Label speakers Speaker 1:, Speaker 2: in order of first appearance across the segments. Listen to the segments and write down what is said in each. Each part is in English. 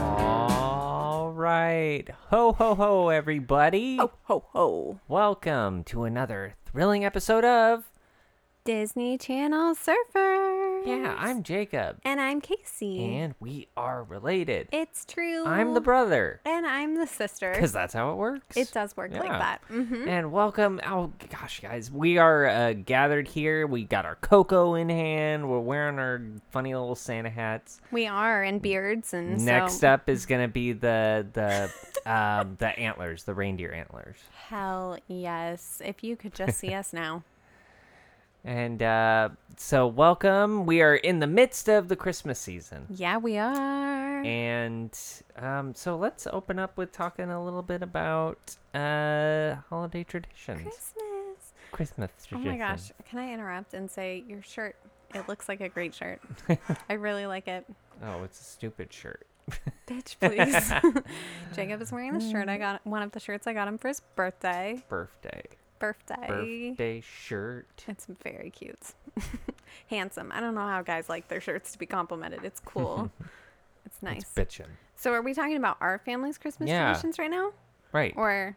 Speaker 1: All right. Ho, ho, ho, everybody.
Speaker 2: Ho ho ho!
Speaker 1: Welcome to another thrilling episode of.
Speaker 2: Disney Channel Surfer.
Speaker 1: Yeah, I'm Jacob,
Speaker 2: and I'm Casey.
Speaker 1: and we are related.
Speaker 2: it's true.
Speaker 1: I'm the brother,
Speaker 2: and I'm the sister.
Speaker 1: because that's how it works.
Speaker 2: It does work like
Speaker 1: Yeah.
Speaker 2: that. hmm
Speaker 1: And welcome. Oh, gosh, guys. We are uh, gathered here. We got our cocoa in hand. We're wearing our funny little Santa hats.
Speaker 2: We are and beards and
Speaker 1: Next
Speaker 2: so,
Speaker 1: up is gonna be the the um, the antlers, the reindeer antlers,
Speaker 2: Hell yes! If you could just see us now.
Speaker 1: and uh, so welcome. We are in the midst of the Christmas season,
Speaker 2: Yeah, we are.
Speaker 1: and um, so let's open up with talking a little bit about uh, holiday traditions,
Speaker 2: Christmas.
Speaker 1: Christmas
Speaker 2: Oh
Speaker 1: traditions.
Speaker 2: my gosh! Can I interrupt and say your shirt? It looks like a great shirt. I really like it.
Speaker 1: Oh, it's a stupid shirt.
Speaker 2: Bitch, please. Jacob is wearing the shirt I got. One of the shirts I got him for his birthday.
Speaker 1: Birthday,
Speaker 2: Birthday.
Speaker 1: birthday shirt.
Speaker 2: It's very cute. Handsome. I don't know how guys like their shirts to be complimented. It's cool. it's nice.
Speaker 1: It's bitchin'.
Speaker 2: so are we talking about our family's Christmas
Speaker 1: Yeah.
Speaker 2: traditions right now?
Speaker 1: Right.
Speaker 2: Or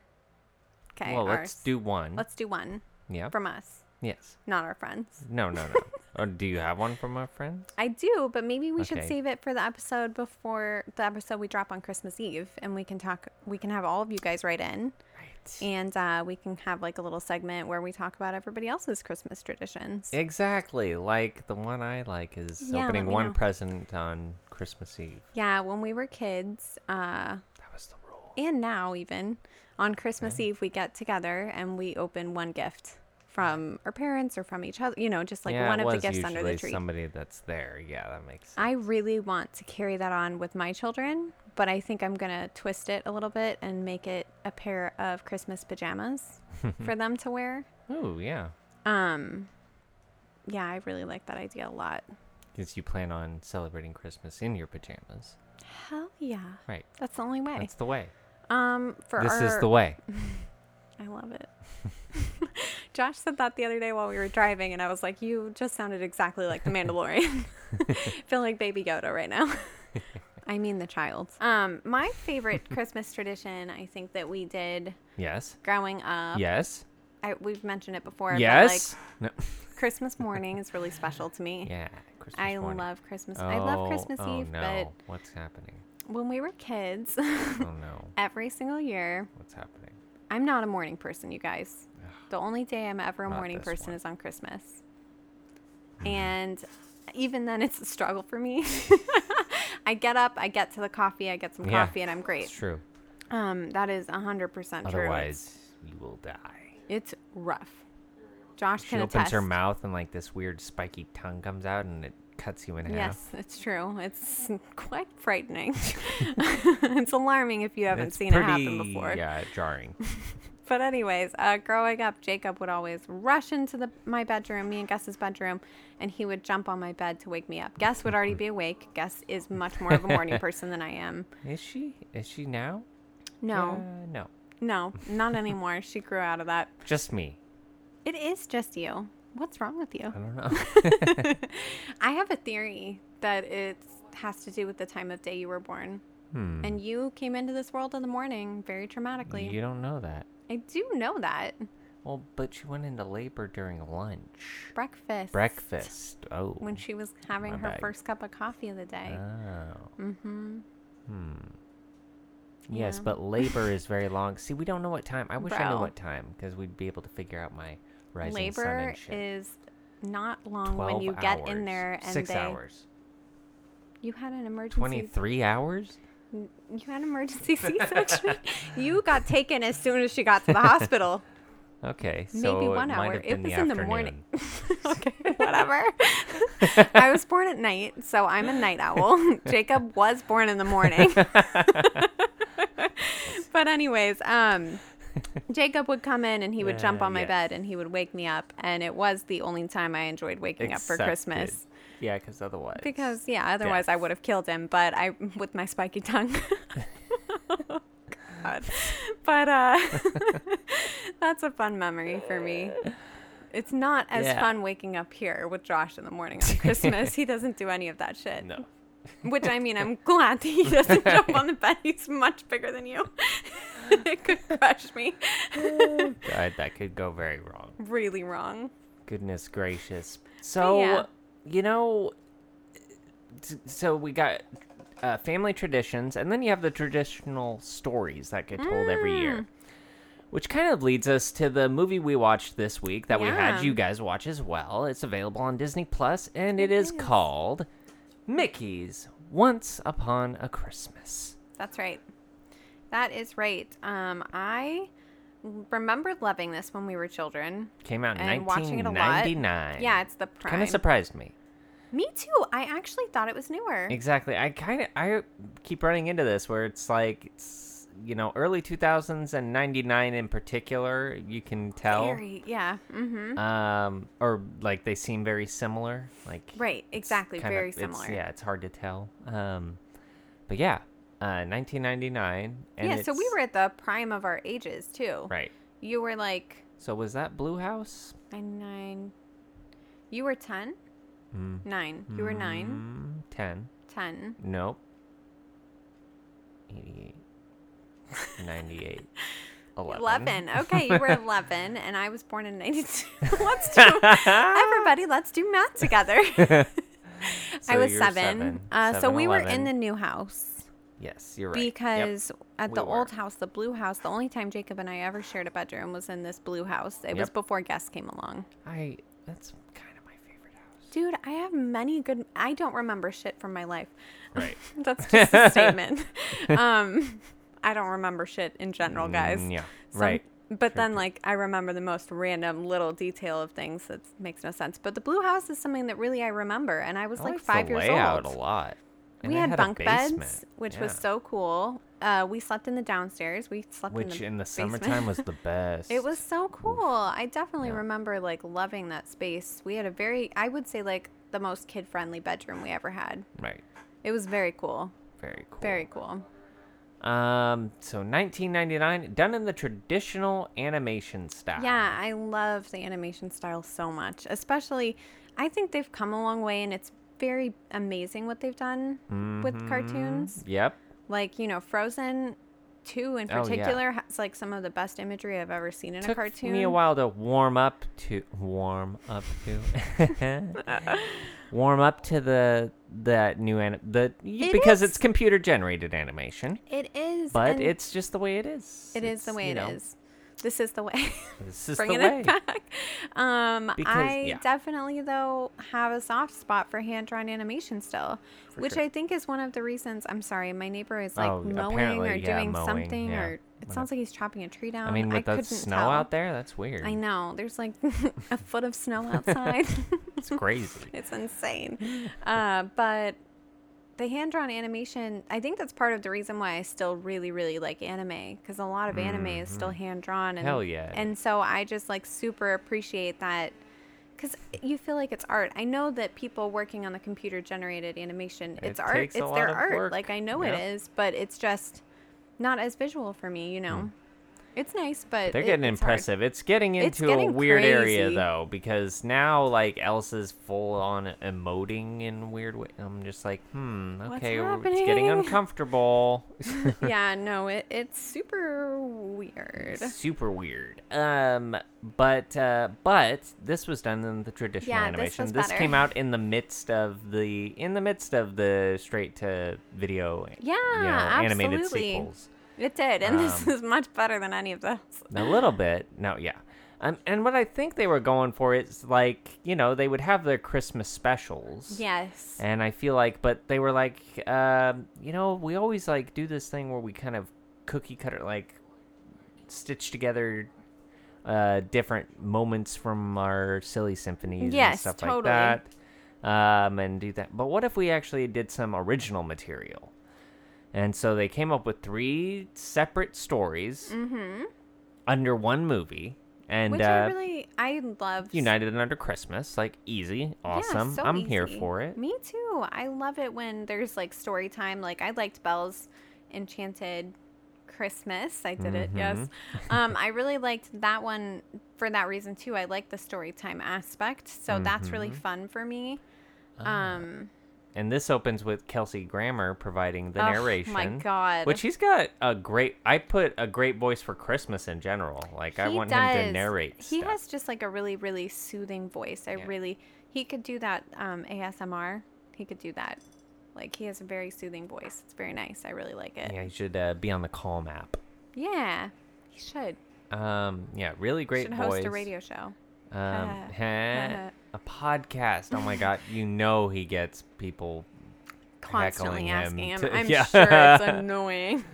Speaker 2: okay,
Speaker 1: well,
Speaker 2: ours.
Speaker 1: let's do one.
Speaker 2: let's do one
Speaker 1: yeah.
Speaker 2: from us,
Speaker 1: yes.
Speaker 2: not our friends.
Speaker 1: No, no, no. oh, do you have one from our friends?
Speaker 2: I do, but maybe we should
Speaker 1: Okay.
Speaker 2: save it for the episode before the episode we drop on Christmas Eve and we can talk we can have all of you guys write in
Speaker 1: Right.
Speaker 2: and uh, we can have like a little segment where we talk about everybody else's Christmas traditions.
Speaker 1: Exactly. Like the one I like is
Speaker 2: Yeah, let
Speaker 1: opening
Speaker 2: me
Speaker 1: one
Speaker 2: know.
Speaker 1: present on Christmas Eve.
Speaker 2: yeah, when we were kids, uh
Speaker 1: That was the rule.
Speaker 2: and now even on Christmas Eve we get together and we open one gift from our parents or from each other, you know, just like
Speaker 1: yeah,
Speaker 2: one
Speaker 1: it
Speaker 2: of the
Speaker 1: was
Speaker 2: gifts under the
Speaker 1: usually
Speaker 2: tree.
Speaker 1: Somebody that's there. Yeah, that makes sense.
Speaker 2: I really want to carry that on with my children, but I think I'm going to twist it a little bit and make it a pair of Christmas pajamas for them to wear.
Speaker 1: Ooh, yeah.
Speaker 2: Um yeah, I really like that idea a lot.
Speaker 1: Because you plan on celebrating Christmas in your pajamas.
Speaker 2: Hell yeah.
Speaker 1: Right.
Speaker 2: That's the only way.
Speaker 1: That's the way.
Speaker 2: um for
Speaker 1: this
Speaker 2: our
Speaker 1: is the way.
Speaker 2: I love it. Josh said that the other day while we were driving, and I was like, "You just sounded exactly like the Mandalorian." Feel like Baby Yoda right now. I mean the child. Um, my favorite Christmas tradition, I think that we did
Speaker 1: Yes.
Speaker 2: growing up.
Speaker 1: Yes.
Speaker 2: I, we've mentioned it before.
Speaker 1: Yes. no.
Speaker 2: But like Christmas morning is really special to me.
Speaker 1: Yeah. Christmas
Speaker 2: I
Speaker 1: morning.
Speaker 2: love Christmas. I love
Speaker 1: Oh,
Speaker 2: Christmas
Speaker 1: oh,
Speaker 2: Eve,
Speaker 1: no. What's happening?
Speaker 2: but when we were kids,
Speaker 1: Oh, no.
Speaker 2: every single year,
Speaker 1: What's happening?
Speaker 2: I'm not a morning person, you guys. The only day I'm ever a
Speaker 1: Not
Speaker 2: morning
Speaker 1: this
Speaker 2: person
Speaker 1: one. Mm-hmm.
Speaker 2: is on Christmas. And even then, it's a struggle for me. I get up, I get to the coffee, I get some
Speaker 1: Yeah,
Speaker 2: coffee, and I'm great.
Speaker 1: It's true.
Speaker 2: Um, that is 100% true.
Speaker 1: Otherwise, you will die.
Speaker 2: It's, it's rough. Josh
Speaker 1: She
Speaker 2: can
Speaker 1: opens
Speaker 2: attest.
Speaker 1: her mouth and like this weird spiky tongue comes out and it cuts you in half.
Speaker 2: Yes, it's true. It's quite frightening. it's alarming if you haven't
Speaker 1: It's
Speaker 2: seen it happen
Speaker 1: pretty,
Speaker 2: before.
Speaker 1: Yeah, jarring.
Speaker 2: But anyways, uh, growing up, Jacob would always rush into the my bedroom, me and Gus's bedroom, and he would jump on my bed to wake me up. Gus would already be awake. Gus is much more of a morning person than I am.
Speaker 1: is she? Is she now?
Speaker 2: No,
Speaker 1: Uh, no.
Speaker 2: no, not anymore. She grew out of that.
Speaker 1: Just me.
Speaker 2: It is just you. What's wrong with you?
Speaker 1: I don't know.
Speaker 2: I have a theory that it has to do with the time of day you were born.
Speaker 1: Hmm.
Speaker 2: And you came into this world in the morning very traumatically.
Speaker 1: you don't know that.
Speaker 2: I do know that.
Speaker 1: Well, but she went into labor during lunch.
Speaker 2: Breakfast.
Speaker 1: Breakfast. Oh.
Speaker 2: When she was having
Speaker 1: My
Speaker 2: her
Speaker 1: bad.
Speaker 2: first cup of coffee of the day.
Speaker 1: Oh.
Speaker 2: Mm-hmm.
Speaker 1: Yes,
Speaker 2: Yeah.
Speaker 1: but labor is very long. See, we don't know what time. I wish I knew
Speaker 2: Bro.
Speaker 1: what time because we'd be able to figure out my rising sun
Speaker 2: Labor
Speaker 1: and shit.
Speaker 2: is not long
Speaker 1: 12
Speaker 2: when you get
Speaker 1: hours.
Speaker 2: in there and
Speaker 1: six
Speaker 2: they
Speaker 1: hours.
Speaker 2: you had an emergency
Speaker 1: Twenty-three hours.
Speaker 2: you had an emergency C-section. you got taken as soon as she got to the hospital.
Speaker 1: Okay,
Speaker 2: Maybe
Speaker 1: so
Speaker 2: one
Speaker 1: it might
Speaker 2: hour.
Speaker 1: have been
Speaker 2: It was
Speaker 1: the
Speaker 2: in the
Speaker 1: afternoon.
Speaker 2: morning. okay, whatever. I was born born at night, so I'm a night owl. Jacob was born in the morning. but anyways, um Jacob would come in and he would jump
Speaker 1: Uh,
Speaker 2: on my
Speaker 1: yes.
Speaker 2: bed and he would wake me up and it was the only time I enjoyed waking up for
Speaker 1: Except
Speaker 2: Christmas.
Speaker 1: it- Yeah, because otherwise.
Speaker 2: Because yeah, otherwise I would have killed him, but I with my spiky tongue. God. But uh that's a fun memory for me. It's not as
Speaker 1: Yeah.
Speaker 2: fun waking up here with Josh in the morning on Christmas. he doesn't do any of that shit.
Speaker 1: No.
Speaker 2: Which I mean, I'm glad that he doesn't jump on the bed. He's much bigger than you. it could crush me.
Speaker 1: God, that could go very wrong.
Speaker 2: Really wrong.
Speaker 1: Goodness gracious. So,
Speaker 2: yeah.
Speaker 1: you know, t- so we got uh, family traditions, and then you have the traditional stories that get told
Speaker 2: Mm.
Speaker 1: every year. Which kind of leads us to the movie we watched this week that we
Speaker 2: Yeah.
Speaker 1: had you guys watch as well. It's available on Disney Plus, and it is, called Mickey's Once Upon a Christmas.
Speaker 2: That's right. That is right. Um, I remember loving this when we were children.
Speaker 1: Came out in
Speaker 2: And watching it a lot.
Speaker 1: 1999.
Speaker 2: Yeah, it's the
Speaker 1: kind
Speaker 2: prime.
Speaker 1: of surprised me.
Speaker 2: me too. I actually thought it was newer.
Speaker 1: Exactly. I kind of I keep running into this where it's like it's you know early 2000s and 99 in particular you can tell
Speaker 2: Very, yeah. Mm-hmm.
Speaker 1: um or like they seem very similar like
Speaker 2: Right. Exactly.
Speaker 1: kinda-
Speaker 2: Very
Speaker 1: it's-
Speaker 2: similar.
Speaker 1: yeah, it's hard to tell. Um but yeah, uh 1999 and
Speaker 2: yeah. So we
Speaker 1: it's-
Speaker 2: were at the prime of our ages too.
Speaker 1: right.
Speaker 2: You were like
Speaker 1: So was that Blue House?
Speaker 2: nine. nine. You were ten.
Speaker 1: Hmm.
Speaker 2: Nine. You were nine.
Speaker 1: Mm, 10.
Speaker 2: Ten.
Speaker 1: Nope. 88. 98. 11.
Speaker 2: Eleven. Okay, you were eleven, and I was born in ninety-two. let's do everybody. Let's do math together. I
Speaker 1: So
Speaker 2: was
Speaker 1: you're
Speaker 2: seven. Uh, so
Speaker 1: Seven,
Speaker 2: we were
Speaker 1: 11.
Speaker 2: in the new house
Speaker 1: Yes, you're right. Yep.
Speaker 2: because at
Speaker 1: We
Speaker 2: the old
Speaker 1: were.
Speaker 2: house, the blue house, the only time Jacob and I ever shared a bedroom was in this blue house. It was
Speaker 1: Yep.
Speaker 2: before guests came along.
Speaker 1: I that's kind of my favorite house.
Speaker 2: Dude, I have many good. I don't remember shit from my life.
Speaker 1: Right.
Speaker 2: That's just a statement. um, I don't remember shit in general, guys.
Speaker 1: Mm, yeah.
Speaker 2: Some-
Speaker 1: right.
Speaker 2: But then, like, I remember the most random little detail of things that makes no sense. But the blue house is something that really I remember, and I was
Speaker 1: I
Speaker 2: like
Speaker 1: liked
Speaker 2: five
Speaker 1: Oh, the
Speaker 2: years
Speaker 1: layout
Speaker 2: old.
Speaker 1: a lot. And
Speaker 2: we
Speaker 1: it
Speaker 2: had,
Speaker 1: a
Speaker 2: bunk beds,
Speaker 1: basement.
Speaker 2: which
Speaker 1: Yeah.
Speaker 2: was so cool. Uh, we slept in the downstairs. We slept in the
Speaker 1: Which in the
Speaker 2: basement.
Speaker 1: summertime was the best.
Speaker 2: It was so cool. I definitely
Speaker 1: Yeah.
Speaker 2: remember like loving that space. We had a very, I would say, like the most kid-friendly bedroom we ever had.
Speaker 1: right.
Speaker 2: It was very cool.
Speaker 1: Very cool.
Speaker 2: Very cool.
Speaker 1: Um. So 1999, done in the traditional animation style.
Speaker 2: Yeah, I love the animation style so much. Especially, I think they've come a long way, and it's very amazing what they've done
Speaker 1: Mm-hmm.
Speaker 2: with cartoons.
Speaker 1: Yep.
Speaker 2: Like you know, Frozen. Two in
Speaker 1: Oh, yeah.
Speaker 2: particular has like some of the best imagery I've ever seen in a
Speaker 1: Took
Speaker 2: cartoon.
Speaker 1: me a while to warm up to warm up to warm up to the that new anim- the y-
Speaker 2: It
Speaker 1: because
Speaker 2: is.
Speaker 1: it's computer generated animation,
Speaker 2: It is,
Speaker 1: but
Speaker 2: and
Speaker 1: it's just the way it is.
Speaker 2: it is the
Speaker 1: It's,
Speaker 2: way
Speaker 1: you
Speaker 2: it is.
Speaker 1: know,
Speaker 2: This is the way.
Speaker 1: This is the
Speaker 2: Bringing it
Speaker 1: way.
Speaker 2: back. Um,
Speaker 1: Because-
Speaker 2: I
Speaker 1: yeah.
Speaker 2: definitely though have a soft spot for hand drawn animation still,
Speaker 1: For
Speaker 2: which
Speaker 1: sure.
Speaker 2: I think is one of the reasons. I'm sorry, my neighbor is like
Speaker 1: Oh,
Speaker 2: mowing
Speaker 1: apparently,
Speaker 2: or
Speaker 1: yeah,
Speaker 2: doing
Speaker 1: mowing,
Speaker 2: something,
Speaker 1: yeah.
Speaker 2: or it
Speaker 1: When
Speaker 2: sounds like he's chopping a tree down.
Speaker 1: I mean, with the
Speaker 2: couldn't
Speaker 1: snow
Speaker 2: tell.
Speaker 1: out there, that's weird.
Speaker 2: I know there's like a foot of snow outside.
Speaker 1: It's crazy.
Speaker 2: It's insane. Uh, but the hand drawn animation, I think that's part of the reason why I still really, really like anime because a lot of anime is still hand drawn. And,
Speaker 1: Mm-hmm. Hell yeah.
Speaker 2: And so I just like super appreciate that because you feel like it's art. I know that people working on the computer generated animation, it's
Speaker 1: It
Speaker 2: art,
Speaker 1: takes
Speaker 2: it's
Speaker 1: a
Speaker 2: their
Speaker 1: lot of
Speaker 2: art.
Speaker 1: work.
Speaker 2: Like I know
Speaker 1: Yep.
Speaker 2: it is, but it's just not as visual for me, you know? It's nice, but
Speaker 1: Hmm. They're
Speaker 2: it-
Speaker 1: getting
Speaker 2: it's hard.
Speaker 1: impressive. It's getting into
Speaker 2: It's getting
Speaker 1: a weird area
Speaker 2: crazy.
Speaker 1: though, because now like Elsa's full on emoting in weird way. I'm just like, hmm,
Speaker 2: What's
Speaker 1: okay, we're- it's getting
Speaker 2: happening?
Speaker 1: uncomfortable.
Speaker 2: yeah, no, it, it's super weird.
Speaker 1: Super weird. Um, but uh, but this was done in the traditional
Speaker 2: Yeah, this
Speaker 1: animation.
Speaker 2: was better.
Speaker 1: came out in the midst of the in the midst of the straight to video.
Speaker 2: Yeah, Um,
Speaker 1: you know, animated
Speaker 2: absolutely.
Speaker 1: sequels.
Speaker 2: It did, and this is much better than any of those.
Speaker 1: A little bit. No, yeah. Um, and what I think they were going for is like, you know, they would have their Christmas specials.
Speaker 2: Yes.
Speaker 1: And I feel like, but they were like, um, you know, we always like do this thing where we kind of cookie cutter, like stitch together uh, different moments from our silly symphonies
Speaker 2: Yes,
Speaker 1: and stuff
Speaker 2: totally.
Speaker 1: like that. um, and do that. But what if we actually did some original material? And so they came up with three separate stories under one movie, and
Speaker 2: Mm-hmm. Which I
Speaker 1: uh,
Speaker 2: really, I love.
Speaker 1: united it under Christmas. Like easy, awesome.
Speaker 2: so
Speaker 1: I'm here
Speaker 2: easy.
Speaker 1: for it.
Speaker 2: Me too. I love it when there's like story time. Like I liked Belle's Enchanted Christmas. I did it. Yes. Um, I really liked that one for that reason too. I like the story time aspect. So that's really fun for me. Um,
Speaker 1: And this opens with Kelsey Grammer providing the
Speaker 2: Oh, my
Speaker 1: narration.
Speaker 2: God.
Speaker 1: Which he's got a great. I put a great voice for Christmas in general. Like I
Speaker 2: he
Speaker 1: want him to
Speaker 2: does-
Speaker 1: narrate.
Speaker 2: He
Speaker 1: stuff.
Speaker 2: has just like a really, really soothing voice. I
Speaker 1: Yeah.
Speaker 2: really, he could do that um, ASMR. He could do that. Like he has a very soothing voice. It's very nice. I really like it.
Speaker 1: Yeah, he should uh, be on the Calm app.
Speaker 2: Yeah, he should.
Speaker 1: Um, yeah, really great
Speaker 2: should
Speaker 1: voice.
Speaker 2: host a radio show.
Speaker 1: Um,
Speaker 2: Heh.
Speaker 1: heh. a podcast. Oh my god, you know he gets people
Speaker 2: Constantly
Speaker 1: heckling
Speaker 2: asking him.
Speaker 1: him. to-
Speaker 2: I'm
Speaker 1: yeah.
Speaker 2: sure it's annoying.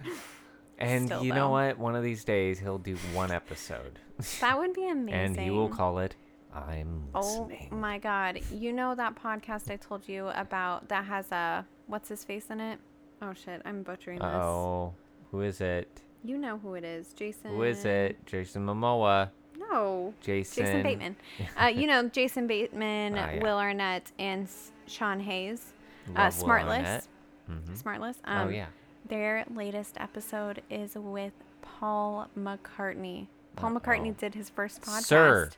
Speaker 1: and
Speaker 2: Still,
Speaker 1: you know
Speaker 2: though.
Speaker 1: what? One of these days he'll do one episode,
Speaker 2: That would be amazing.
Speaker 1: and he will call it "I'm
Speaker 2: Oh
Speaker 1: Listening."
Speaker 2: my god! You know that podcast I told you about that has a what's his face in it? Oh shit! I'm butchering this.
Speaker 1: oh, who is it?
Speaker 2: You know who it is, Jason.
Speaker 1: Who is it? Jason Momoa.
Speaker 2: No.
Speaker 1: Jason.
Speaker 2: Jason Bateman. uh, you know Jason Bateman,
Speaker 1: Ah, yeah.
Speaker 2: Will Arnett, and S- Sean Hayes. Uh,
Speaker 1: Love Will
Speaker 2: Smartless.
Speaker 1: Arnett. Mhm.
Speaker 2: Smartless. Um,
Speaker 1: oh yeah.
Speaker 2: Their latest episode is with Paul McCartney. Paul
Speaker 1: Uh-oh.
Speaker 2: McCartney did his first podcast.
Speaker 1: Sir.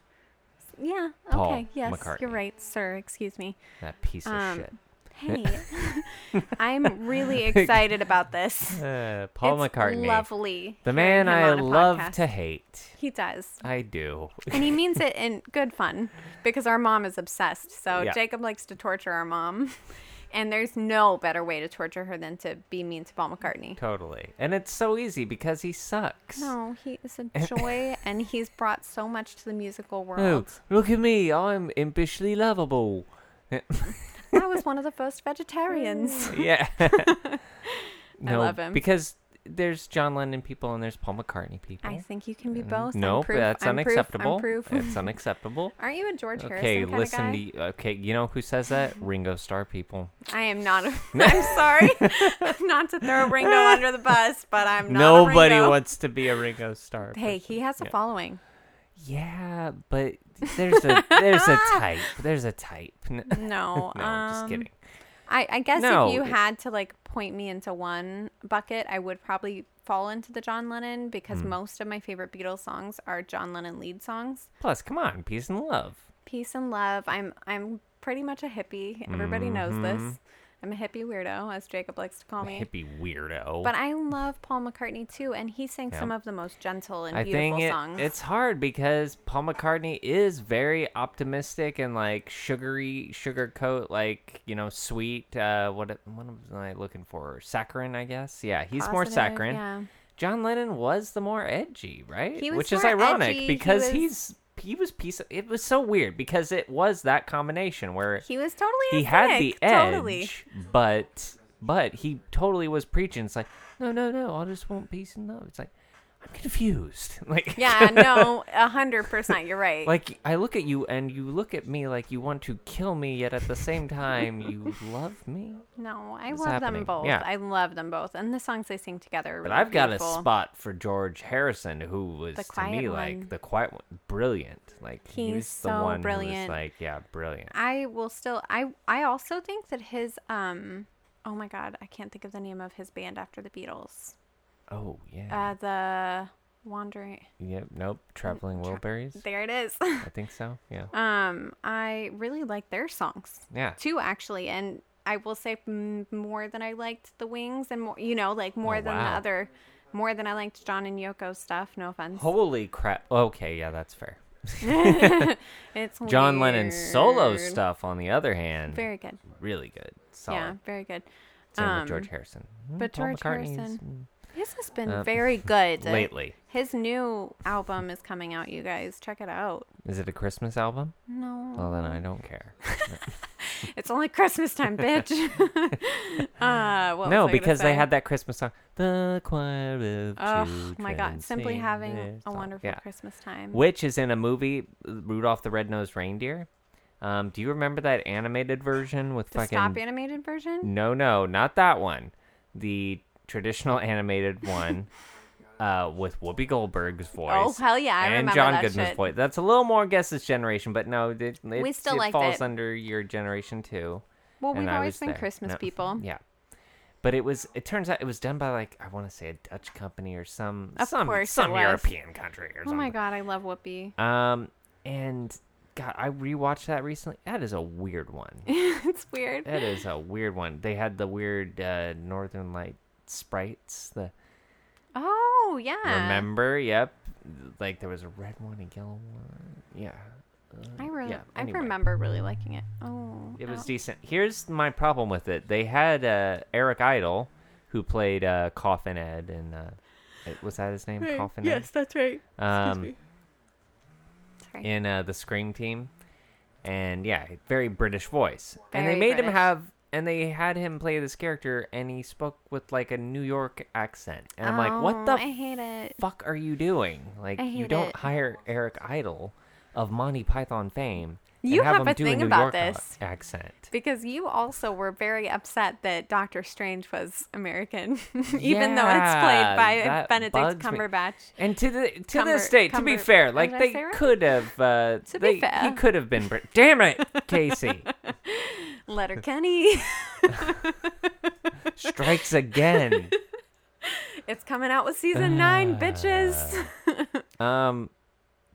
Speaker 2: Yeah.
Speaker 1: Paul
Speaker 2: okay. Yes.
Speaker 1: McCartney.
Speaker 2: You're right, sir. Excuse me.
Speaker 1: That piece of
Speaker 2: um,
Speaker 1: shit.
Speaker 2: Hey, I'm really excited about this.
Speaker 1: Uh, Paul
Speaker 2: It's
Speaker 1: McCartney.
Speaker 2: Lovely.
Speaker 1: The
Speaker 2: hearing
Speaker 1: man
Speaker 2: him
Speaker 1: I
Speaker 2: on a
Speaker 1: love
Speaker 2: podcast.
Speaker 1: to hate.
Speaker 2: He does.
Speaker 1: I do.
Speaker 2: And he means it in good fun because our mom is obsessed. So
Speaker 1: Yeah.
Speaker 2: Jacob likes to torture our mom. And there's no better way to torture her than to be mean to Paul McCartney.
Speaker 1: Totally. And it's so easy because he sucks.
Speaker 2: No, he is a joy and he's brought so much to the musical
Speaker 1: Oh,
Speaker 2: world.
Speaker 1: look at me. I'm impishly lovable.
Speaker 2: I was one of the first vegetarians.
Speaker 1: yeah. no,
Speaker 2: love him.
Speaker 1: Because there's John Lennon people and there's Paul McCartney people.
Speaker 2: I think you can be both. I'm
Speaker 1: no,
Speaker 2: proof,
Speaker 1: Oh. Mm, that's
Speaker 2: I'm proof, I'm
Speaker 1: unacceptable.
Speaker 2: proof.
Speaker 1: It's unacceptable.
Speaker 2: Aren't you a George
Speaker 1: okay,
Speaker 2: Harrison kind of
Speaker 1: listen
Speaker 2: guy?
Speaker 1: to you. Okay, you know who says that? Ringo Starr people.
Speaker 2: I am not. A, I'm sorry, not to throw Ringo under the bus, but I'm not. a
Speaker 1: Nobody
Speaker 2: Ringo.
Speaker 1: wants to be a Ringo Starr.
Speaker 2: Hey,
Speaker 1: person.
Speaker 2: he has a
Speaker 1: Yeah.
Speaker 2: following.
Speaker 1: Yeah, but there's a there's a type. There's a type. No,
Speaker 2: No,
Speaker 1: no I'm just
Speaker 2: um,
Speaker 1: kidding.
Speaker 2: I, I guess
Speaker 1: No,
Speaker 2: if you
Speaker 1: it-
Speaker 2: had to like point me into one bucket, I would probably fall into the John Lennon because
Speaker 1: Hmm.
Speaker 2: most of my favorite Beatles songs are John Lennon lead songs.
Speaker 1: Plus, come on, peace and love.
Speaker 2: Peace and love. I'm I'm pretty much a hippie. Everybody knows this. I'm a hippie weirdo, as Jacob likes to call me.
Speaker 1: Mm-hmm. Hippie weirdo.
Speaker 2: But I love Paul McCartney too, and he sang
Speaker 1: Yeah.
Speaker 2: some of the most gentle and
Speaker 1: I
Speaker 2: beautiful
Speaker 1: think it,
Speaker 2: songs.
Speaker 1: it's hard because Paul McCartney is very optimistic and like sugary, sugarcoat, like you know, sweet. Uh, what what am I looking for? Saccharine, I guess. Yeah, he's more
Speaker 2: Positive,
Speaker 1: saccharine.
Speaker 2: yeah.
Speaker 1: John Lennon was the more edgy, right?
Speaker 2: He was
Speaker 1: Which is
Speaker 2: more
Speaker 1: ironic
Speaker 2: edgy, he
Speaker 1: because
Speaker 2: was-
Speaker 1: he's he was piece. Of, it was so weird because it was that combination where
Speaker 2: He was totally.
Speaker 1: he had the
Speaker 2: acidic,
Speaker 1: edge,
Speaker 2: Totally.
Speaker 1: but but he totally was preaching. It's like, no, no, no, I just want peace and love. It's like, I'm confused. Like,
Speaker 2: Yeah. No. A hundred percent. You're right.
Speaker 1: like I look at you and you look at me like you want to kill me, yet at the same time you love me.
Speaker 2: no, I
Speaker 1: it's
Speaker 2: love
Speaker 1: happening.
Speaker 2: them both.
Speaker 1: Yeah.
Speaker 2: I love them both, and the songs they sing together. Are
Speaker 1: But
Speaker 2: really
Speaker 1: I've got a
Speaker 2: beautiful.
Speaker 1: spot for George Harrison, who was
Speaker 2: The
Speaker 1: to
Speaker 2: quiet
Speaker 1: me
Speaker 2: one.
Speaker 1: like the quiet one, brilliant. Like he
Speaker 2: He's
Speaker 1: was the one
Speaker 2: so
Speaker 1: who was
Speaker 2: brilliant.
Speaker 1: like, yeah, brilliant.
Speaker 2: I will still. I I also think that his um. Oh my God, I can't think of the name of his band after the Beatles.
Speaker 1: Oh yeah,
Speaker 2: Uh, mm, the Wandering.
Speaker 1: yep, nope, traveling Wilburys.
Speaker 2: There it is.
Speaker 1: I think so. Yeah,
Speaker 2: um, I really like their songs.
Speaker 1: yeah.
Speaker 2: too actually and i will say m- more than i liked the wings and more you know like more
Speaker 1: Oh,
Speaker 2: than the
Speaker 1: wow.
Speaker 2: other more than i liked john and yoko's stuff no offense
Speaker 1: Holy crap! Okay, yeah, that's fair.
Speaker 2: it's
Speaker 1: John Lennon's solo
Speaker 2: weird.
Speaker 1: stuff, on the other hand,
Speaker 2: very good
Speaker 1: really good. Solid.
Speaker 2: yeah very good
Speaker 1: Same
Speaker 2: um,
Speaker 1: with George Harrison. Mm,
Speaker 2: but
Speaker 1: Paul
Speaker 2: George
Speaker 1: McCartney's,
Speaker 2: Harrison- his has been
Speaker 1: Uh,
Speaker 2: very good
Speaker 1: mm, Lately,
Speaker 2: his new album is coming out you guys check it out
Speaker 1: is it a Christmas album?
Speaker 2: no
Speaker 1: Well, then I don't care.
Speaker 2: it's only christmas time bitch uh
Speaker 1: no,
Speaker 2: what was I gonna
Speaker 1: because they
Speaker 2: say?
Speaker 1: had that Christmas song, "The Choir of
Speaker 2: oh my
Speaker 1: Children
Speaker 2: god simply
Speaker 1: Sing
Speaker 2: having
Speaker 1: Their
Speaker 2: a
Speaker 1: Song."
Speaker 2: wonderful
Speaker 1: Yeah.
Speaker 2: christmas time
Speaker 1: which is in a movie, Rudolph the Red-Nosed Reindeer. Um, do you remember that animated version with
Speaker 2: The
Speaker 1: fucking
Speaker 2: stop animated version?
Speaker 1: No, no, not that one. The traditional animated one uh, with Whoopi Goldberg's voice.
Speaker 2: Oh hell yeah, I
Speaker 1: and
Speaker 2: remember
Speaker 1: John
Speaker 2: that
Speaker 1: Goodman's
Speaker 2: shit.
Speaker 1: voice. That's a little more guess this generation, but no, it, it,
Speaker 2: We still
Speaker 1: it
Speaker 2: liked
Speaker 1: falls
Speaker 2: it.
Speaker 1: under your generation too.
Speaker 2: Well,
Speaker 1: and
Speaker 2: we've
Speaker 1: I
Speaker 2: always
Speaker 1: was
Speaker 2: been
Speaker 1: there.
Speaker 2: Christmas
Speaker 1: No,
Speaker 2: people.
Speaker 1: Yeah, but it was. It turns out it was done by like I want to say a Dutch company or some
Speaker 2: Of
Speaker 1: some
Speaker 2: course it
Speaker 1: some
Speaker 2: was.
Speaker 1: European country or
Speaker 2: Oh my
Speaker 1: something.
Speaker 2: god, I love Whoopi.
Speaker 1: Um, and God, I rewatched that recently. That is a weird one.
Speaker 2: it's weird.
Speaker 1: That is a weird one. They had the weird uh, Northern Light sprites. The
Speaker 2: Oh yeah.
Speaker 1: remember, yep. Like there was a red one, a yellow one. Yeah,
Speaker 2: I really,
Speaker 1: yeah, anyway.
Speaker 2: I remember really liking it. Oh,
Speaker 1: it was
Speaker 2: ow.
Speaker 1: decent. Here's my problem with it. They had uh, Eric Idle, who played uh, Coffin Ed, and uh, it- was that his name? Coffin eh? Ed.
Speaker 2: that's right.
Speaker 1: Um,
Speaker 2: Sorry.
Speaker 1: in uh, the Scream team, and yeah, very British voice. and they
Speaker 2: Very
Speaker 1: made him
Speaker 2: British.
Speaker 1: have, and they had him play this character, and he spoke with like a New York accent, and I'm like,
Speaker 2: Oh,
Speaker 1: what the
Speaker 2: I hate it.
Speaker 1: fuck are you doing? Like,
Speaker 2: I
Speaker 1: you
Speaker 2: hate
Speaker 1: don't
Speaker 2: it.
Speaker 1: hire Eric Idle of Monty Python fame. and
Speaker 2: You
Speaker 1: have,
Speaker 2: have
Speaker 1: him
Speaker 2: a
Speaker 1: do a
Speaker 2: thing
Speaker 1: New
Speaker 2: about
Speaker 1: York a-
Speaker 2: this.
Speaker 1: accent.
Speaker 2: Because you also were very upset that Doctor Strange was American, even though it's
Speaker 1: Yeah,
Speaker 2: played by
Speaker 1: that
Speaker 2: Benedict
Speaker 1: bugs me.
Speaker 2: Cumberbatch.
Speaker 1: And to the to this
Speaker 2: Cumber-
Speaker 1: day, to be
Speaker 2: Cumber-
Speaker 1: fair, like
Speaker 2: did I
Speaker 1: they
Speaker 2: say right?
Speaker 1: could have, uh,
Speaker 2: To
Speaker 1: they,
Speaker 2: be fair.
Speaker 1: he could have been. Brit- Damn it, Casey
Speaker 2: Letterkenny.
Speaker 1: strikes again.
Speaker 2: it's coming out with season
Speaker 1: Uh,
Speaker 2: nine, bitches.
Speaker 1: Um,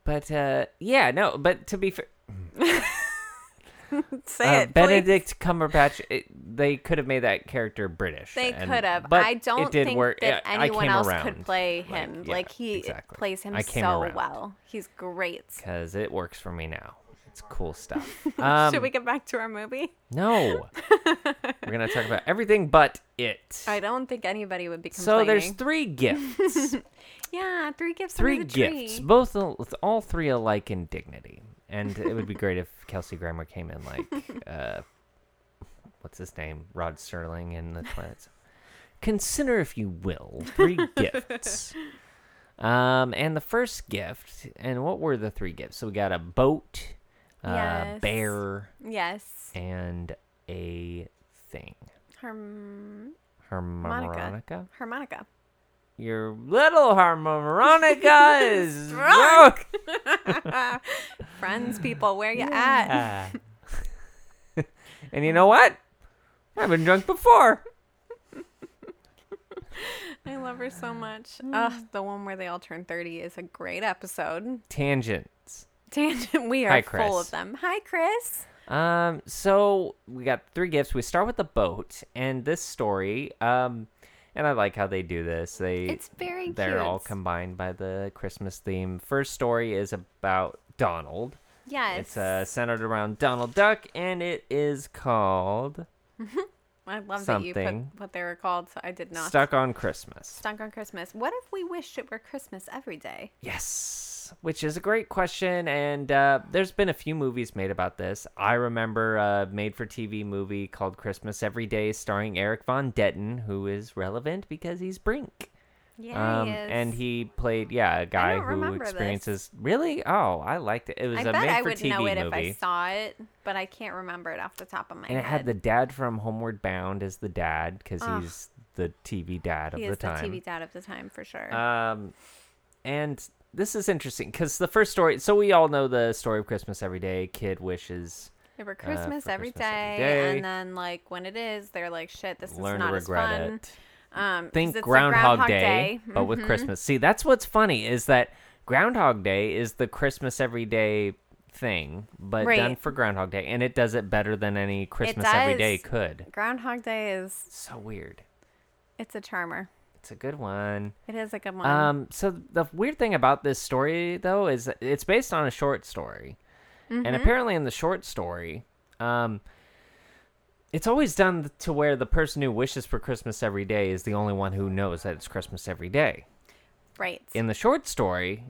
Speaker 1: but uh, yeah, no, but to be fair,
Speaker 2: Say
Speaker 1: uh,
Speaker 2: it. please.
Speaker 1: Benedict Cumberbatch, it, they could have made that character British.
Speaker 2: They
Speaker 1: and-
Speaker 2: could have.
Speaker 1: but
Speaker 2: I don't
Speaker 1: it did
Speaker 2: think
Speaker 1: work.
Speaker 2: that
Speaker 1: I- I
Speaker 2: anyone
Speaker 1: came
Speaker 2: else
Speaker 1: around,
Speaker 2: could play
Speaker 1: like,
Speaker 2: him. Like,
Speaker 1: yeah,
Speaker 2: he
Speaker 1: exactly.
Speaker 2: plays him
Speaker 1: I came
Speaker 2: so
Speaker 1: around.
Speaker 2: well. He's great.
Speaker 1: because it works for me now. It's cool stuff. Um,
Speaker 2: Should we get back to our movie?
Speaker 1: No, we're gonna talk about everything but it.
Speaker 2: I don't think anybody would be complaining.
Speaker 1: so there's three gifts,
Speaker 2: yeah, three gifts.
Speaker 1: three
Speaker 2: under the
Speaker 1: gifts,
Speaker 2: Tree.
Speaker 1: both al- with all three alike in dignity. And it would be great if Kelsey Grammer came in like, uh, what's his name, Rod Sterling in the Twilight Zone. Consider, if you will, three gifts. Um, and the first gift, and what were the three gifts? So we got a boat, a
Speaker 2: Yes.
Speaker 1: bear,
Speaker 2: Yes.
Speaker 1: and a thing.
Speaker 2: Harm-
Speaker 1: Harmonica?
Speaker 2: harmonica.
Speaker 1: Your little harmonica is
Speaker 2: Drunk! Friends, people, where you at?
Speaker 1: Ah. and you know what? I've been drunk before.
Speaker 2: I love her so much. Ugh, the one where they all turn 30 is a great episode.
Speaker 1: Tangents.
Speaker 2: Tangent, we are
Speaker 1: Hi,
Speaker 2: full
Speaker 1: Chris.
Speaker 2: of them. Hi, Chris.
Speaker 1: Um, so we got three gifts. We start with the boat and this story. Um, and I like how they do this. They
Speaker 2: It's very
Speaker 1: they're all
Speaker 2: cute.
Speaker 1: combined by the Christmas theme. First story is about Donald.
Speaker 2: Yes.
Speaker 1: It's uh, centered around Donald Duck, and it is called
Speaker 2: I love that you
Speaker 1: something.
Speaker 2: put what they were called, so I did not.
Speaker 1: Stuck on Christmas.
Speaker 2: Stunk on Christmas. What if we wished it were Christmas every day?
Speaker 1: Yes, which is a great question, and uh, there's been a few movies made about this. I remember a made-for-TV movie called Christmas Every Day, starring Eric Von Detten, who is relevant because he's Brink.
Speaker 2: Yeah,
Speaker 1: um,
Speaker 2: he is.
Speaker 1: and he played yeah a guy
Speaker 2: don't
Speaker 1: who
Speaker 2: remember this.
Speaker 1: experiences really. Oh, I liked it. It was
Speaker 2: I
Speaker 1: a
Speaker 2: bet I would
Speaker 1: made-for-TV
Speaker 2: know it
Speaker 1: movie.
Speaker 2: if I saw it, but I can't remember it off the top of my
Speaker 1: and
Speaker 2: head.
Speaker 1: it had the dad from Homeward Bound as the dad because
Speaker 2: Ugh.
Speaker 1: he's the TV dad of
Speaker 2: he
Speaker 1: the
Speaker 2: is the,
Speaker 1: time.
Speaker 2: TV dad of the time for sure.
Speaker 1: Um, and this is interesting because the first story. So we all know the story of Christmas every day. Kid wishes
Speaker 2: They were
Speaker 1: Uh, for
Speaker 2: Christmas, every,
Speaker 1: Christmas
Speaker 2: day,
Speaker 1: every day.
Speaker 2: and then like when it is, they're like, "Shit, this
Speaker 1: learn to
Speaker 2: is not as
Speaker 1: regret
Speaker 2: fun."
Speaker 1: it.
Speaker 2: Um, 'cause
Speaker 1: Think
Speaker 2: it's a
Speaker 1: Groundhog, Day, but
Speaker 2: Mhm.
Speaker 1: with Christmas. See, that's what's funny is that Groundhog Day is the Christmas every day thing, but
Speaker 2: Right.
Speaker 1: done for Groundhog Day, and it does it better than any Christmas every day
Speaker 2: does.
Speaker 1: could.
Speaker 2: Groundhog Day is
Speaker 1: So weird.
Speaker 2: it's a charmer.
Speaker 1: It's a good one.
Speaker 2: It is a good one.
Speaker 1: Um, so the weird thing about this story though is that it's based on a short story, and apparently in the short story, um, it's always done to where the person who wishes for Christmas every day is the only one who knows that it's Christmas every day.
Speaker 2: right.
Speaker 1: In the short story,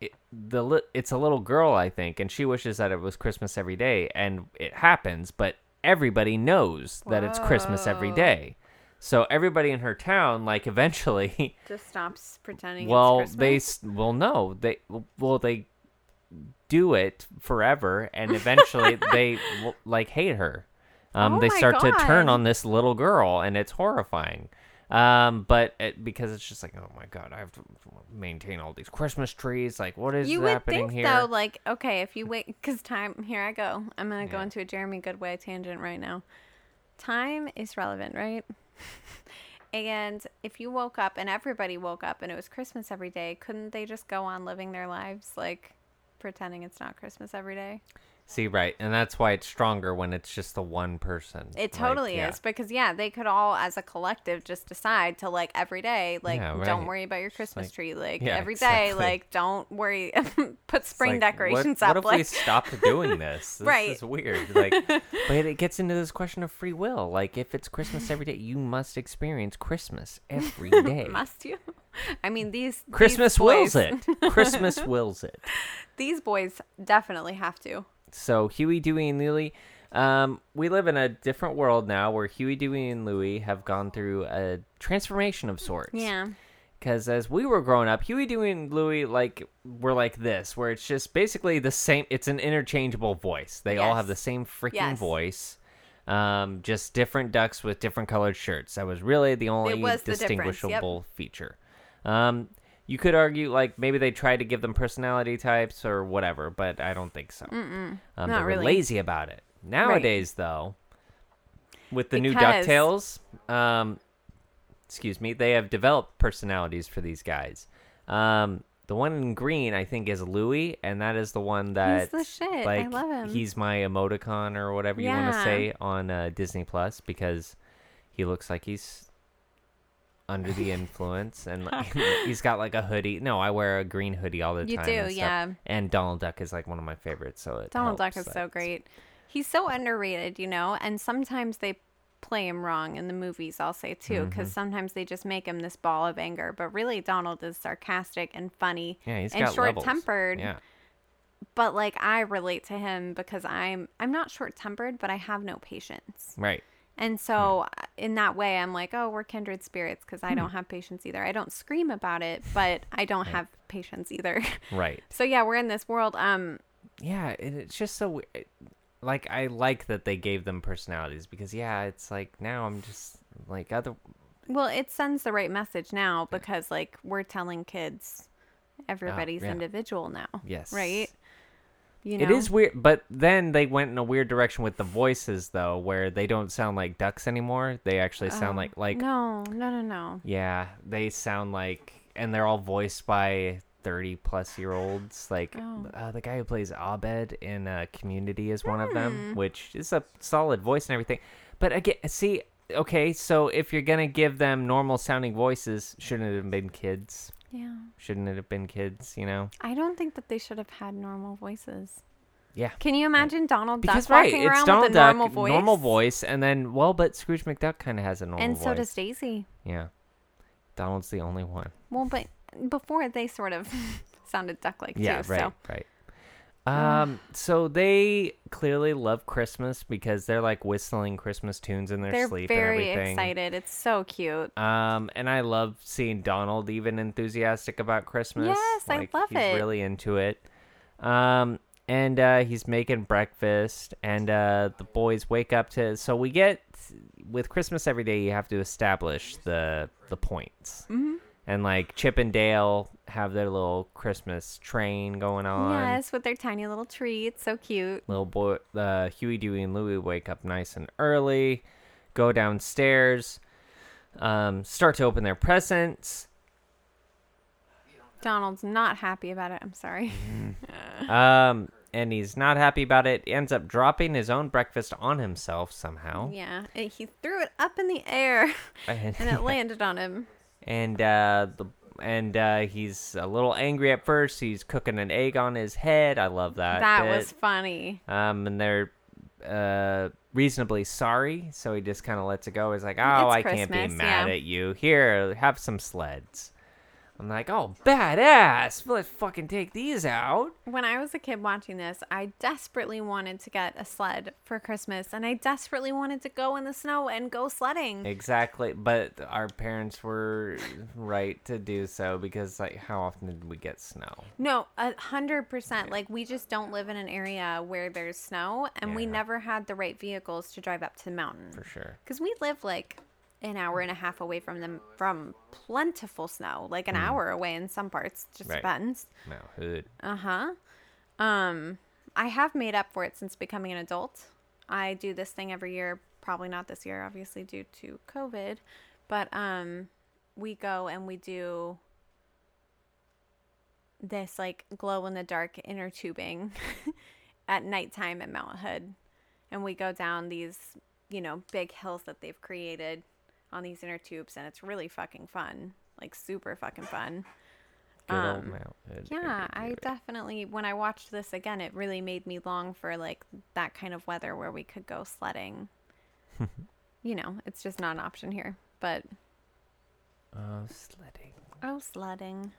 Speaker 1: it, the li- it's a little girl I think, and she wishes that it was Christmas every day, and it happens, but everybody knows that it's Christmas every
Speaker 2: Whoa.
Speaker 1: day. So everybody in her town, like eventually.
Speaker 2: Just stops pretending.
Speaker 1: well
Speaker 2: it's
Speaker 1: they
Speaker 2: Christmas.
Speaker 1: s- well no they well they do it forever, and eventually they l- like hate her. Um,
Speaker 2: Oh
Speaker 1: they
Speaker 2: my
Speaker 1: start to turn
Speaker 2: God.
Speaker 1: on this little girl, and it's horrifying. Um, but it, because it's just like, oh my god, I have to maintain all these Christmas trees. Like, what is
Speaker 2: You would
Speaker 1: happening
Speaker 2: think
Speaker 1: here?
Speaker 2: though, like okay, if you wait, because time. Here I go. I'm gonna go
Speaker 1: Yeah.
Speaker 2: into a Jeremy Goodway tangent right now. Time is relevant, right? and if you woke up and everybody woke up and it was Christmas every day, couldn't they just go on living their lives like pretending it's not Christmas every day?
Speaker 1: See, right, and that's why it's stronger when it's just the one person.
Speaker 2: It
Speaker 1: Like,
Speaker 2: totally
Speaker 1: yeah.
Speaker 2: is because yeah, they could all as a collective just decide to like every day, like
Speaker 1: Yeah,
Speaker 2: don't
Speaker 1: right.
Speaker 2: worry about your Christmas
Speaker 1: like-
Speaker 2: tree, like
Speaker 1: Yeah,
Speaker 2: every day,
Speaker 1: exactly.
Speaker 2: like don't worry, put
Speaker 1: It's
Speaker 2: spring
Speaker 1: like, what-
Speaker 2: decorations
Speaker 1: what,
Speaker 2: up,
Speaker 1: if we
Speaker 2: like
Speaker 1: stopped doing this? This
Speaker 2: Right.
Speaker 1: is weird. Like, but it gets into this question of free will. Like, if it's Christmas every day, you must experience Christmas every day.
Speaker 2: Must you? I mean, these these
Speaker 1: Christmas wills
Speaker 2: boys-
Speaker 1: it. Christmas wills it.
Speaker 2: These boys definitely have to.
Speaker 1: So Huey, Dewey, and Louie. Um, we live in a different world now, where Huey, Dewey, and Louie have gone through a transformation of sorts. Because as we were growing up, Huey, Dewey, and Louie like were like this, where it's just basically the same. It's an interchangeable voice. They all have the
Speaker 2: Yes.
Speaker 1: same freaking
Speaker 2: Yes.
Speaker 1: voice, um, just different ducks with different colored shirts. That was really the only
Speaker 2: was the difference, yep.
Speaker 1: distinguishable feature. Um, you could argue like maybe they tried to give them personality types or whatever, but I don't think so. Um,
Speaker 2: Not
Speaker 1: they were
Speaker 2: really.
Speaker 1: lazy about it. Nowadays, though, with the
Speaker 2: Because-
Speaker 1: new Ducktales, um, excuse me, they have developed personalities for these guys. Um, the one in green, I think, is Louis, and that is the one that
Speaker 2: the shit. I
Speaker 1: Like,
Speaker 2: love him.
Speaker 1: He's my emoticon or whatever you want to
Speaker 2: Yeah.
Speaker 1: say on uh, Disney Plus because he looks like he's under the influence and like, he's got like a hoodie. No, I wear a green hoodie all the
Speaker 2: You
Speaker 1: time.
Speaker 2: do,
Speaker 1: and stuff.
Speaker 2: yeah.
Speaker 1: And Donald Duck is like one of my favorites, so it
Speaker 2: Donald Duck
Speaker 1: helps
Speaker 2: is
Speaker 1: that
Speaker 2: so
Speaker 1: it's-
Speaker 2: great. He's so underrated, you know, and sometimes they play him wrong in the movies, I'll say too,
Speaker 1: Mm-hmm.
Speaker 2: because sometimes they just make him this ball of anger. But really, Donald is sarcastic and funny
Speaker 1: Yeah, he's
Speaker 2: and
Speaker 1: got
Speaker 2: short
Speaker 1: levels.
Speaker 2: tempered.
Speaker 1: Yeah.
Speaker 2: But like, I relate to him because I'm I'm not short tempered, but I have no patience.
Speaker 1: Right.
Speaker 2: And so,
Speaker 1: Hmm.
Speaker 2: uh, in that way, I'm like, oh, we're kindred spirits because I don't have patience either. I don't scream about it, but I don't have patience either.
Speaker 1: Right.
Speaker 2: so yeah, we're in this world. Um,
Speaker 1: Yeah, and it's just so we- it- like I like that they gave them personalities because yeah, it's like now I'm just like other
Speaker 2: well, it sends the right message now because like we're telling kids, everybody's
Speaker 1: Oh, yeah.
Speaker 2: individual now.
Speaker 1: Yes.
Speaker 2: right. You know,
Speaker 1: It is weird, but then they went in a weird direction with the voices though, where they don't sound like ducks anymore. They actually sound
Speaker 2: Oh,
Speaker 1: like like
Speaker 2: no, no, no, no.
Speaker 1: yeah, they sound like and they're all voiced by 30 plus year olds like
Speaker 2: Oh.
Speaker 1: uh, the guy who plays Abed in uh, Community is one of
Speaker 2: Hmm.
Speaker 1: them, which is a solid voice and everything. But again, see, okay, so if you're going to give them normal sounding voices, shouldn't it have been kids?
Speaker 2: Yeah,
Speaker 1: Shouldn't it have been kids, you know?
Speaker 2: I don't think that they should have had normal voices.
Speaker 1: Yeah.
Speaker 2: Can you imagine Donald
Speaker 1: Because
Speaker 2: Duck
Speaker 1: right,
Speaker 2: walking
Speaker 1: it's
Speaker 2: around
Speaker 1: Donald
Speaker 2: with a
Speaker 1: Duck,
Speaker 2: normal voice?
Speaker 1: normal voice, and then well, but Scrooge McDuck kind of has a normal
Speaker 2: and
Speaker 1: voice.
Speaker 2: so does Daisy.
Speaker 1: yeah. Donald's the only one.
Speaker 2: Well, but before they sort of sounded duck like
Speaker 1: Yeah,
Speaker 2: too.
Speaker 1: right,
Speaker 2: So
Speaker 1: right. Um, so they clearly love Christmas because they're like whistling Christmas tunes in their
Speaker 2: they're
Speaker 1: sleep and
Speaker 2: very
Speaker 1: everything.
Speaker 2: excited. It's so cute.
Speaker 1: Um, and I love seeing Donald even enthusiastic about Christmas.
Speaker 2: Yes, I
Speaker 1: Like,
Speaker 2: love
Speaker 1: he's
Speaker 2: it.
Speaker 1: Really into it. Um, and uh, he's making breakfast, and uh, the boys wake up to. So we get with Christmas every day, you have to establish the the points. Mm-hmm. And like Chip and Dale have their little Christmas train going on
Speaker 2: Yes, with their tiny little tree. It's so cute.
Speaker 1: little boy uh, huey dewey and louie wake up nice and early go downstairs um, start to open their presents
Speaker 2: Donald's not happy about it. I'm sorry.
Speaker 1: Mm-hmm. um, and he's not happy about it ends up dropping his own breakfast on himself somehow
Speaker 2: Yeah, and he threw it up in the air
Speaker 1: and,
Speaker 2: and it landed on him.
Speaker 1: and, uh, the, and uh, he's a little angry at first he's cooking an egg on his head i love that
Speaker 2: That
Speaker 1: bit.
Speaker 2: was funny.
Speaker 1: um, and they're uh, reasonably sorry. So he just kind of lets it go. He's like, "Oh, I can't be
Speaker 2: Christmas,
Speaker 1: mad
Speaker 2: yeah.
Speaker 1: at you. Here, have some sleds." I'm like, oh, badass. Let's fucking take these out.
Speaker 2: When I was a kid watching this, I desperately wanted to get a sled for Christmas and I desperately wanted to go in the snow and go sledding.
Speaker 1: Exactly. But our parents were right to do so because, like, how often did we get snow?
Speaker 2: No, a hundred percent. Like we just don't live in an area where there's snow, and we
Speaker 1: Yeah.
Speaker 2: never had the right vehicles to drive up to the mountain.
Speaker 1: For sure.
Speaker 2: Because we live like an hour and a half away from them from plentiful snow, like an hour away in some parts. Just
Speaker 1: Mm. Right.
Speaker 2: depends.
Speaker 1: No, hood.
Speaker 2: Uh huh. Um, I have made up for it since becoming an adult. I do this thing every year. Probably not this year, obviously, due to COVID. But um, we go and we do this like glow in the dark inner tubing at nighttime at Mount Hood, and we go down these you know big hills that they've created on these inner tubes, and it's really fucking fun, like super fucking fun.
Speaker 1: Good old
Speaker 2: Um,
Speaker 1: Mount Hood.
Speaker 2: Yeah,
Speaker 1: every
Speaker 2: I
Speaker 1: year.
Speaker 2: definitely when I watched this again, it really made me long for like that kind of weather where we could go sledding. you know, it's just not an option here. But
Speaker 1: Oh, sledding.
Speaker 2: oh, sledding.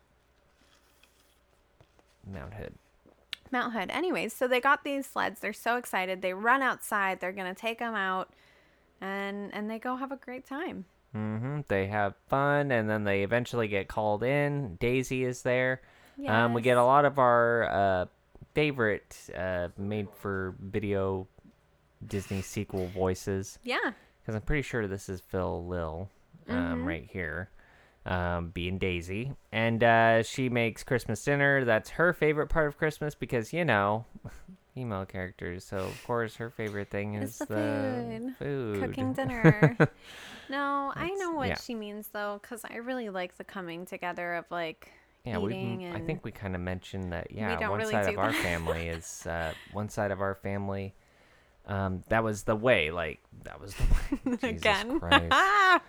Speaker 1: Mount Hood.
Speaker 2: Mount Hood. Anyways, so they got these sleds. They're so excited. They run outside. They're going to take them out and and they go have a great time.
Speaker 1: hmm They have fun, and then they eventually get called in. Daisy is there. Um, we get a
Speaker 2: Yes.
Speaker 1: lot of our uh, favorite uh, made-for-video Disney sequel voices.
Speaker 2: Yeah.
Speaker 1: because I'm pretty sure this is Phil Lil, um,
Speaker 2: Mm-hmm.
Speaker 1: right here, um, being Daisy, and uh, she makes Christmas dinner. That's her favorite part of Christmas because you know, female characters. So of course, her favorite thing is
Speaker 2: It's
Speaker 1: the,
Speaker 2: the
Speaker 1: food.
Speaker 2: Cooking dinner. no, I
Speaker 1: That's-
Speaker 2: know what
Speaker 1: yeah.
Speaker 2: she means though cuz I really like the coming together of like
Speaker 1: Yeah, we.
Speaker 2: eating
Speaker 1: I
Speaker 2: and
Speaker 1: think we kind of mentioned that. Yeah,
Speaker 2: don't
Speaker 1: one
Speaker 2: really
Speaker 1: side
Speaker 2: do
Speaker 1: of our
Speaker 2: that.
Speaker 1: family is uh, one side of our family. Um, that was the way. Like that was the way. Jesus
Speaker 2: again.
Speaker 1: Christ.
Speaker 2: Ah!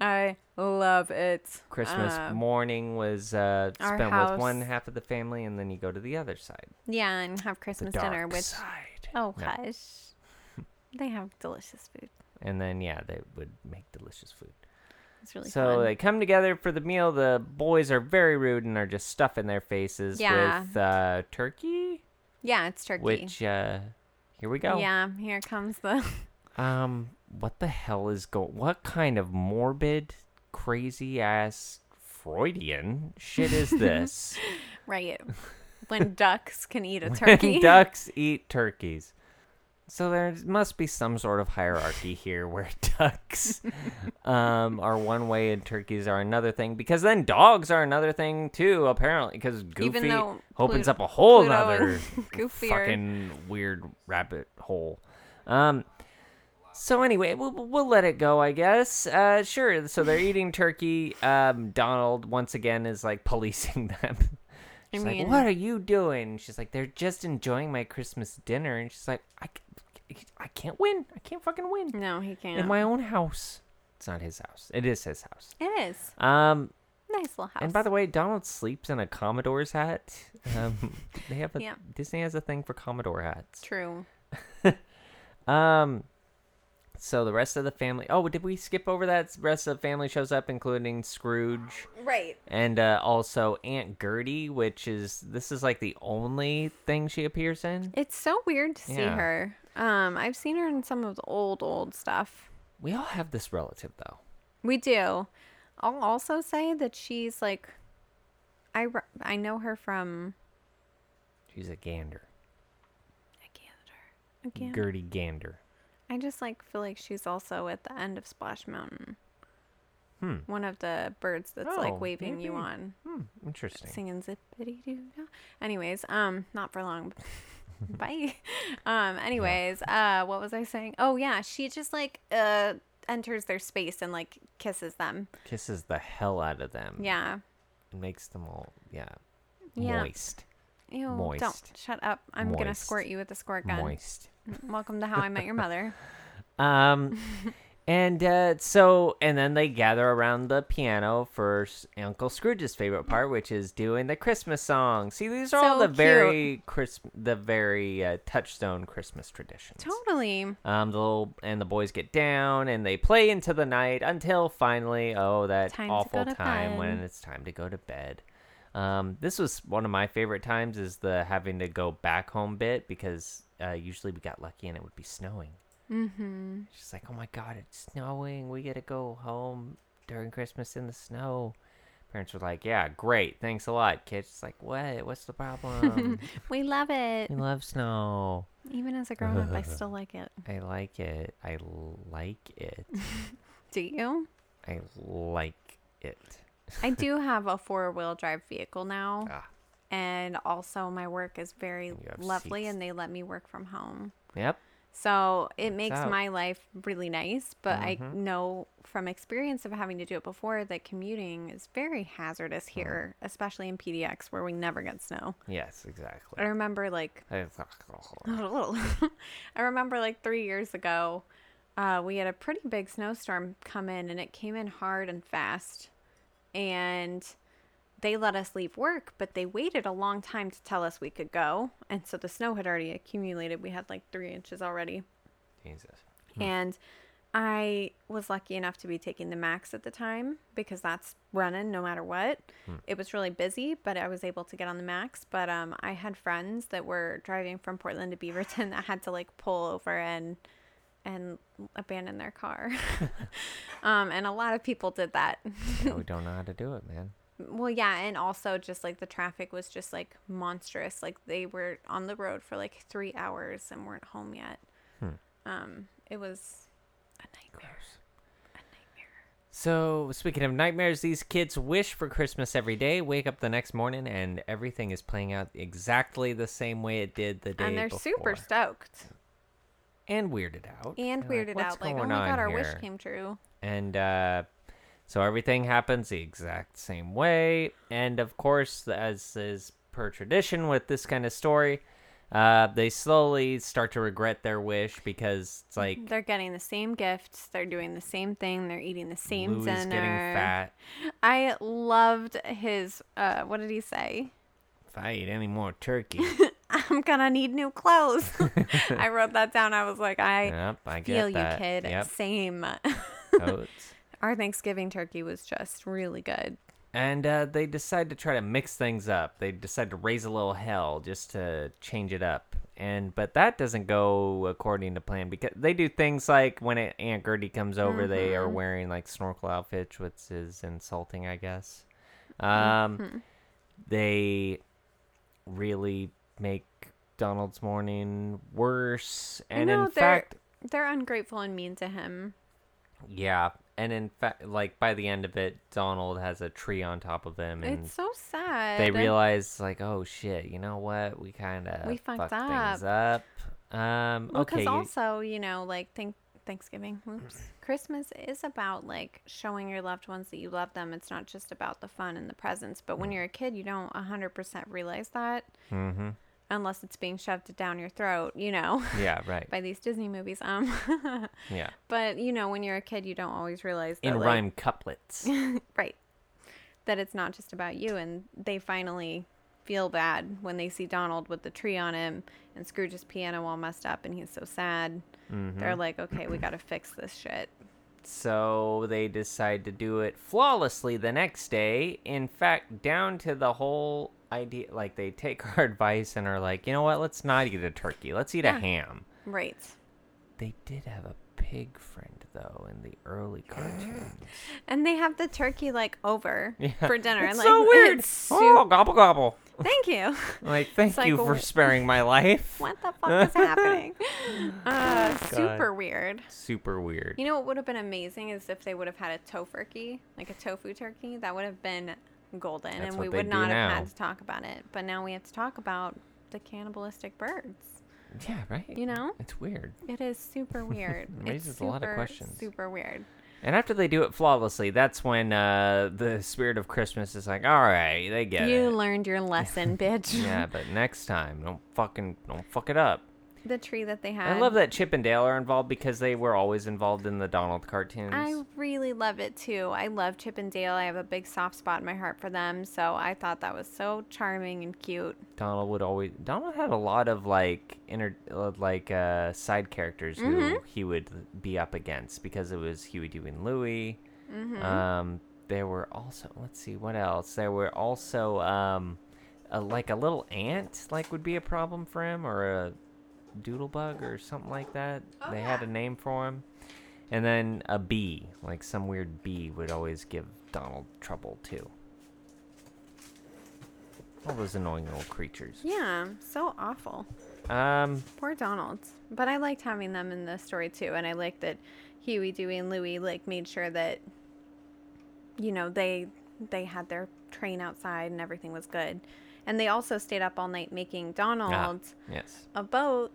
Speaker 2: I love it.
Speaker 1: Christmas
Speaker 2: Uh,
Speaker 1: morning was uh,
Speaker 2: our
Speaker 1: spent with one
Speaker 2: house-
Speaker 1: half of the family, and then you go to the other side,
Speaker 2: yeah, and have
Speaker 1: the
Speaker 2: Christmas
Speaker 1: dark
Speaker 2: dinner with.
Speaker 1: side. No.
Speaker 2: Oh gosh, they have delicious food.
Speaker 1: And then yeah, they would make delicious food.
Speaker 2: It's really
Speaker 1: so
Speaker 2: fun.
Speaker 1: they come together for the meal. The boys are very rude and are just stuffing their faces
Speaker 2: Yeah.
Speaker 1: with uh, turkey,
Speaker 2: yeah, it's turkey.
Speaker 1: which uh, here we go.
Speaker 2: Yeah, here comes the.
Speaker 1: Um, what the hell is going? What kind of morbid, crazy ass Freudian shit is this?
Speaker 2: right. When ducks can eat a
Speaker 1: And
Speaker 2: turkey.
Speaker 1: ducks eat turkeys. So there must be some sort of hierarchy here where ducks um, are one way and turkeys are another thing. Because then dogs are another thing too, apparently. Because Goofy
Speaker 2: Even though
Speaker 1: opens
Speaker 2: Plut-
Speaker 1: up a whole
Speaker 2: Pluto
Speaker 1: other
Speaker 2: and Goofy are-
Speaker 1: fucking weird rabbit hole. Um, so anyway, we'll, we'll let it go, I guess. Uh, sure. So they're eating turkey. Um, Donald once again is like policing them. She's like,
Speaker 2: mean-
Speaker 1: "What are you doing?" She's like, "They're just enjoying my Christmas dinner," and she's like, "I, c- I can't win. I can't fucking win
Speaker 2: No, he can't.
Speaker 1: in my own house. It's not his house. It is his house."
Speaker 2: It is
Speaker 1: Um,
Speaker 2: nice little house.
Speaker 1: and by the way, Donald sleeps in a Commodore's hat. Um, they have a
Speaker 2: Yeah.
Speaker 1: Disney has a thing for Commodore hats.
Speaker 2: true.
Speaker 1: Um, so the rest of the family. Oh, did we skip over that? Rest of the family shows up, including Scrooge
Speaker 2: Right.
Speaker 1: and uh, also Aunt Gertie, which is this is like the only thing she appears in.
Speaker 2: It's so weird to see
Speaker 1: Yeah.
Speaker 2: her. Um, I've seen her in some of the old old stuff.
Speaker 1: We all have this relative though.
Speaker 2: We do. I'll also say that she's like, I re- I know her from
Speaker 1: She's a gander,
Speaker 2: I can't her. I can't.
Speaker 1: Gertie Gander.
Speaker 2: I just like feel like she's also at the end of Splash Mountain.
Speaker 1: Hmm.
Speaker 2: One of the birds that's
Speaker 1: Oh,
Speaker 2: like waving you
Speaker 1: maybe.
Speaker 2: on,
Speaker 1: Hmm, interesting.
Speaker 2: singing zippity doo. Anyways, um, not for long. Bye. Um, anyways, uh, what was I saying? Oh yeah, she just like uh enters their space and like kisses them.
Speaker 1: Kisses the hell out of them.
Speaker 2: Yeah.
Speaker 1: It makes them all yeah,
Speaker 2: Yeah.
Speaker 1: moist,
Speaker 2: Ew, don't
Speaker 1: Moist.
Speaker 2: shut up. I'm gonna
Speaker 1: Moist.
Speaker 2: squirt you with a squirt gun.
Speaker 1: moist.
Speaker 2: Welcome to How I Met Your Mother.
Speaker 1: Um, And uh, so, and then they gather around the piano for S- Uncle Scrooge's favorite part, which is doing the Christmas song. See, these are all
Speaker 2: So
Speaker 1: the
Speaker 2: cute.
Speaker 1: very Chris, the very uh, touchstone Christmas traditions.
Speaker 2: Totally.
Speaker 1: Um, the little and the boys get down and they play into the night until finally, oh, that
Speaker 2: Time to
Speaker 1: awful
Speaker 2: go to
Speaker 1: time
Speaker 2: bed.
Speaker 1: when it's time to go to bed. Um, this was one of my favorite times is the having to go back home bit because uh, usually we got lucky and it would be snowing.
Speaker 2: Mm-hmm.
Speaker 1: She's like, oh my god, it's snowing. We gotta go home during Christmas in the snow. Parents were like, yeah, great, thanks a lot, kids. It's like, what? What's the problem?
Speaker 2: We love it.
Speaker 1: we love snow.
Speaker 2: Even as a grown up, I still like it.
Speaker 1: I like it. I like it.
Speaker 2: Do you?
Speaker 1: I like it.
Speaker 2: I do have a four wheel drive vehicle now.
Speaker 1: Ah.
Speaker 2: And also, my work is very
Speaker 1: And you have
Speaker 2: lovely,
Speaker 1: seats.
Speaker 2: and they let me work from home.
Speaker 1: Yep.
Speaker 2: So it makes
Speaker 1: out. Mm-hmm.
Speaker 2: my life really nice, but I know from experience of having to do it before that commuting is very hazardous
Speaker 1: Mm-hmm.
Speaker 2: here, especially in PDX where we never get snow.
Speaker 1: Yes, exactly.
Speaker 2: I remember like I remember like 3 years ago, uh, we had a pretty big snowstorm come in and it came in hard and fast and they let us leave work, but they waited a long time to tell us we could go. And so the snow had already accumulated. We had like three inches already.
Speaker 1: Jesus.
Speaker 2: And I was lucky enough to be taking the max at the time because that's running no matter what. It was really busy, but I was able to get on the max. But um, I had friends that were driving from Portland to Beaverton that had to like pull over and and abandon their car. um, and a lot of people did that.
Speaker 1: Yeah, we don't know how to do it, man.
Speaker 2: Well, yeah, and also just like the traffic was just like monstrous. Like they were on the road for like three hours and weren't home yet. Um, it was a nightmare. A nightmare.
Speaker 1: So, speaking of nightmares, these kids wish for Christmas every day, wake up the next morning, and everything is playing out exactly the same way it did the day
Speaker 2: And they're super
Speaker 1: before.
Speaker 2: stoked
Speaker 1: and weirded out.
Speaker 2: and
Speaker 1: They're
Speaker 2: weirded
Speaker 1: "What's
Speaker 2: out. Like, oh
Speaker 1: going
Speaker 2: my
Speaker 1: on
Speaker 2: god, our wish
Speaker 1: here?"
Speaker 2: came true.
Speaker 1: and uh, so everything happens the exact same way. And of course, as is per tradition with this kind of story, uh, they slowly start to regret their wish because it's like
Speaker 2: They're getting the same gifts. They're doing the same thing. They're eating the same
Speaker 1: Louis
Speaker 2: dinner.
Speaker 1: getting fat.
Speaker 2: I loved his. Uh, what did he say?
Speaker 1: If I eat any more turkey,
Speaker 2: I'm gonna need new clothes. I wrote that down. I was like, I
Speaker 1: yep, I
Speaker 2: feel
Speaker 1: get
Speaker 2: you,
Speaker 1: that.
Speaker 2: kid.
Speaker 1: Yep,
Speaker 2: Same.
Speaker 1: oats.
Speaker 2: Our Thanksgiving turkey was just really good.
Speaker 1: And uh, they decide to try to mix things up. They decide to raise a little hell just to change it up. And but that doesn't go according to plan because they do things like when Aunt- Aunt Gertie comes over, they
Speaker 2: Mm-hmm.
Speaker 1: are wearing like snorkel outfits, which is insulting, I guess. Um,
Speaker 2: Mm-hmm.
Speaker 1: They really make Donald's morning worse. And
Speaker 2: I know
Speaker 1: in
Speaker 2: they're
Speaker 1: fact,
Speaker 2: they're ungrateful and mean to him.
Speaker 1: yeah. And in fact, like by the end of it, Donald has a tree on top of him, and
Speaker 2: It's so sad.
Speaker 1: they realize like oh shit you know what we kind of
Speaker 2: We fucked
Speaker 1: things up um
Speaker 2: Well, 'cause
Speaker 1: okay you-
Speaker 2: also you know like think Thanksgiving, oops, Christmas is about like showing your loved ones that you love them. It's not just about the fun and the presents. But when you're a kid, you don't hundred percent realize that
Speaker 1: Mhm.
Speaker 2: unless it's being shoved down your throat. You know.
Speaker 1: yeah right
Speaker 2: By these Disney movies, um,
Speaker 1: yeah
Speaker 2: but you know when you're a kid, you don't always realize that,
Speaker 1: in
Speaker 2: like,
Speaker 1: rhyme couplets
Speaker 2: Right. That it's not just about you. And they finally feel bad when they see Donald with the tree on him and Scrooge's piano all messed up and he's so sad. They're
Speaker 1: Mm-hmm.
Speaker 2: like, okay, we got to fix this shit.
Speaker 1: so they decide to do it flawlessly the next day in fact down to the whole idea like they take our advice and are like you know what let's not eat a turkey let's eat a
Speaker 2: Yeah.
Speaker 1: ham
Speaker 2: Right.
Speaker 1: they did have a pig friend though in the early cartoons
Speaker 2: And they have the turkey like over for dinner.
Speaker 1: it's
Speaker 2: like,
Speaker 1: so weird
Speaker 2: it's su-
Speaker 1: oh gobble gobble
Speaker 2: Thank you.
Speaker 1: like thank
Speaker 2: like,
Speaker 1: you for
Speaker 2: wh-
Speaker 1: sparing my life
Speaker 2: what the fuck is happening? Uh, super weird.
Speaker 1: super weird.
Speaker 2: You know what would have been amazing is if they would have had a tofurkey, like a tofu turkey. That would have been golden,
Speaker 1: That's
Speaker 2: and
Speaker 1: what
Speaker 2: we
Speaker 1: they
Speaker 2: would
Speaker 1: do
Speaker 2: not have
Speaker 1: now.
Speaker 2: had to talk about it. But now we have to talk about the cannibalistic birds.
Speaker 1: yeah, right.
Speaker 2: you know?
Speaker 1: it's weird.
Speaker 2: It is super weird. It's
Speaker 1: Raises a lot of
Speaker 2: super,
Speaker 1: questions.
Speaker 2: Super weird.
Speaker 1: And after they do it flawlessly, that's when uh, the spirit of Christmas is like, all right, they get
Speaker 2: You
Speaker 1: it.
Speaker 2: learned your lesson, bitch.
Speaker 1: yeah, but next time, don't fucking don't fuck it up.
Speaker 2: the tree that they had.
Speaker 1: I love that Chip and Dale are involved because they were always involved in the Donald cartoons.
Speaker 2: I really love it too. I love Chip and Dale. I have a big soft spot in my heart for them, so I thought that was so charming and cute.
Speaker 1: Donald would always Donald had a lot of like inner uh, like uh, side characters
Speaker 2: Mm-hmm.
Speaker 1: who he would be up against because it was Huey Dewey and Louie.
Speaker 2: Mm-hmm.
Speaker 1: Um, there were also let's see what else. There were also um, a, like a little ant like would be a problem for him or a doodlebug or something like that.
Speaker 2: Oh,
Speaker 1: they had
Speaker 2: yeah.
Speaker 1: a name for him. And then a bee, like some weird bee would always give Donald trouble too. All those annoying little creatures.
Speaker 2: Yeah, so awful.
Speaker 1: Um,
Speaker 2: Poor Donald. But I liked having them in the story too, and I liked that Huey, Dewey, and Louie like made sure that you know they they had their train outside and everything was good. And they also stayed up all night making Donald
Speaker 1: ah, yes.
Speaker 2: a boat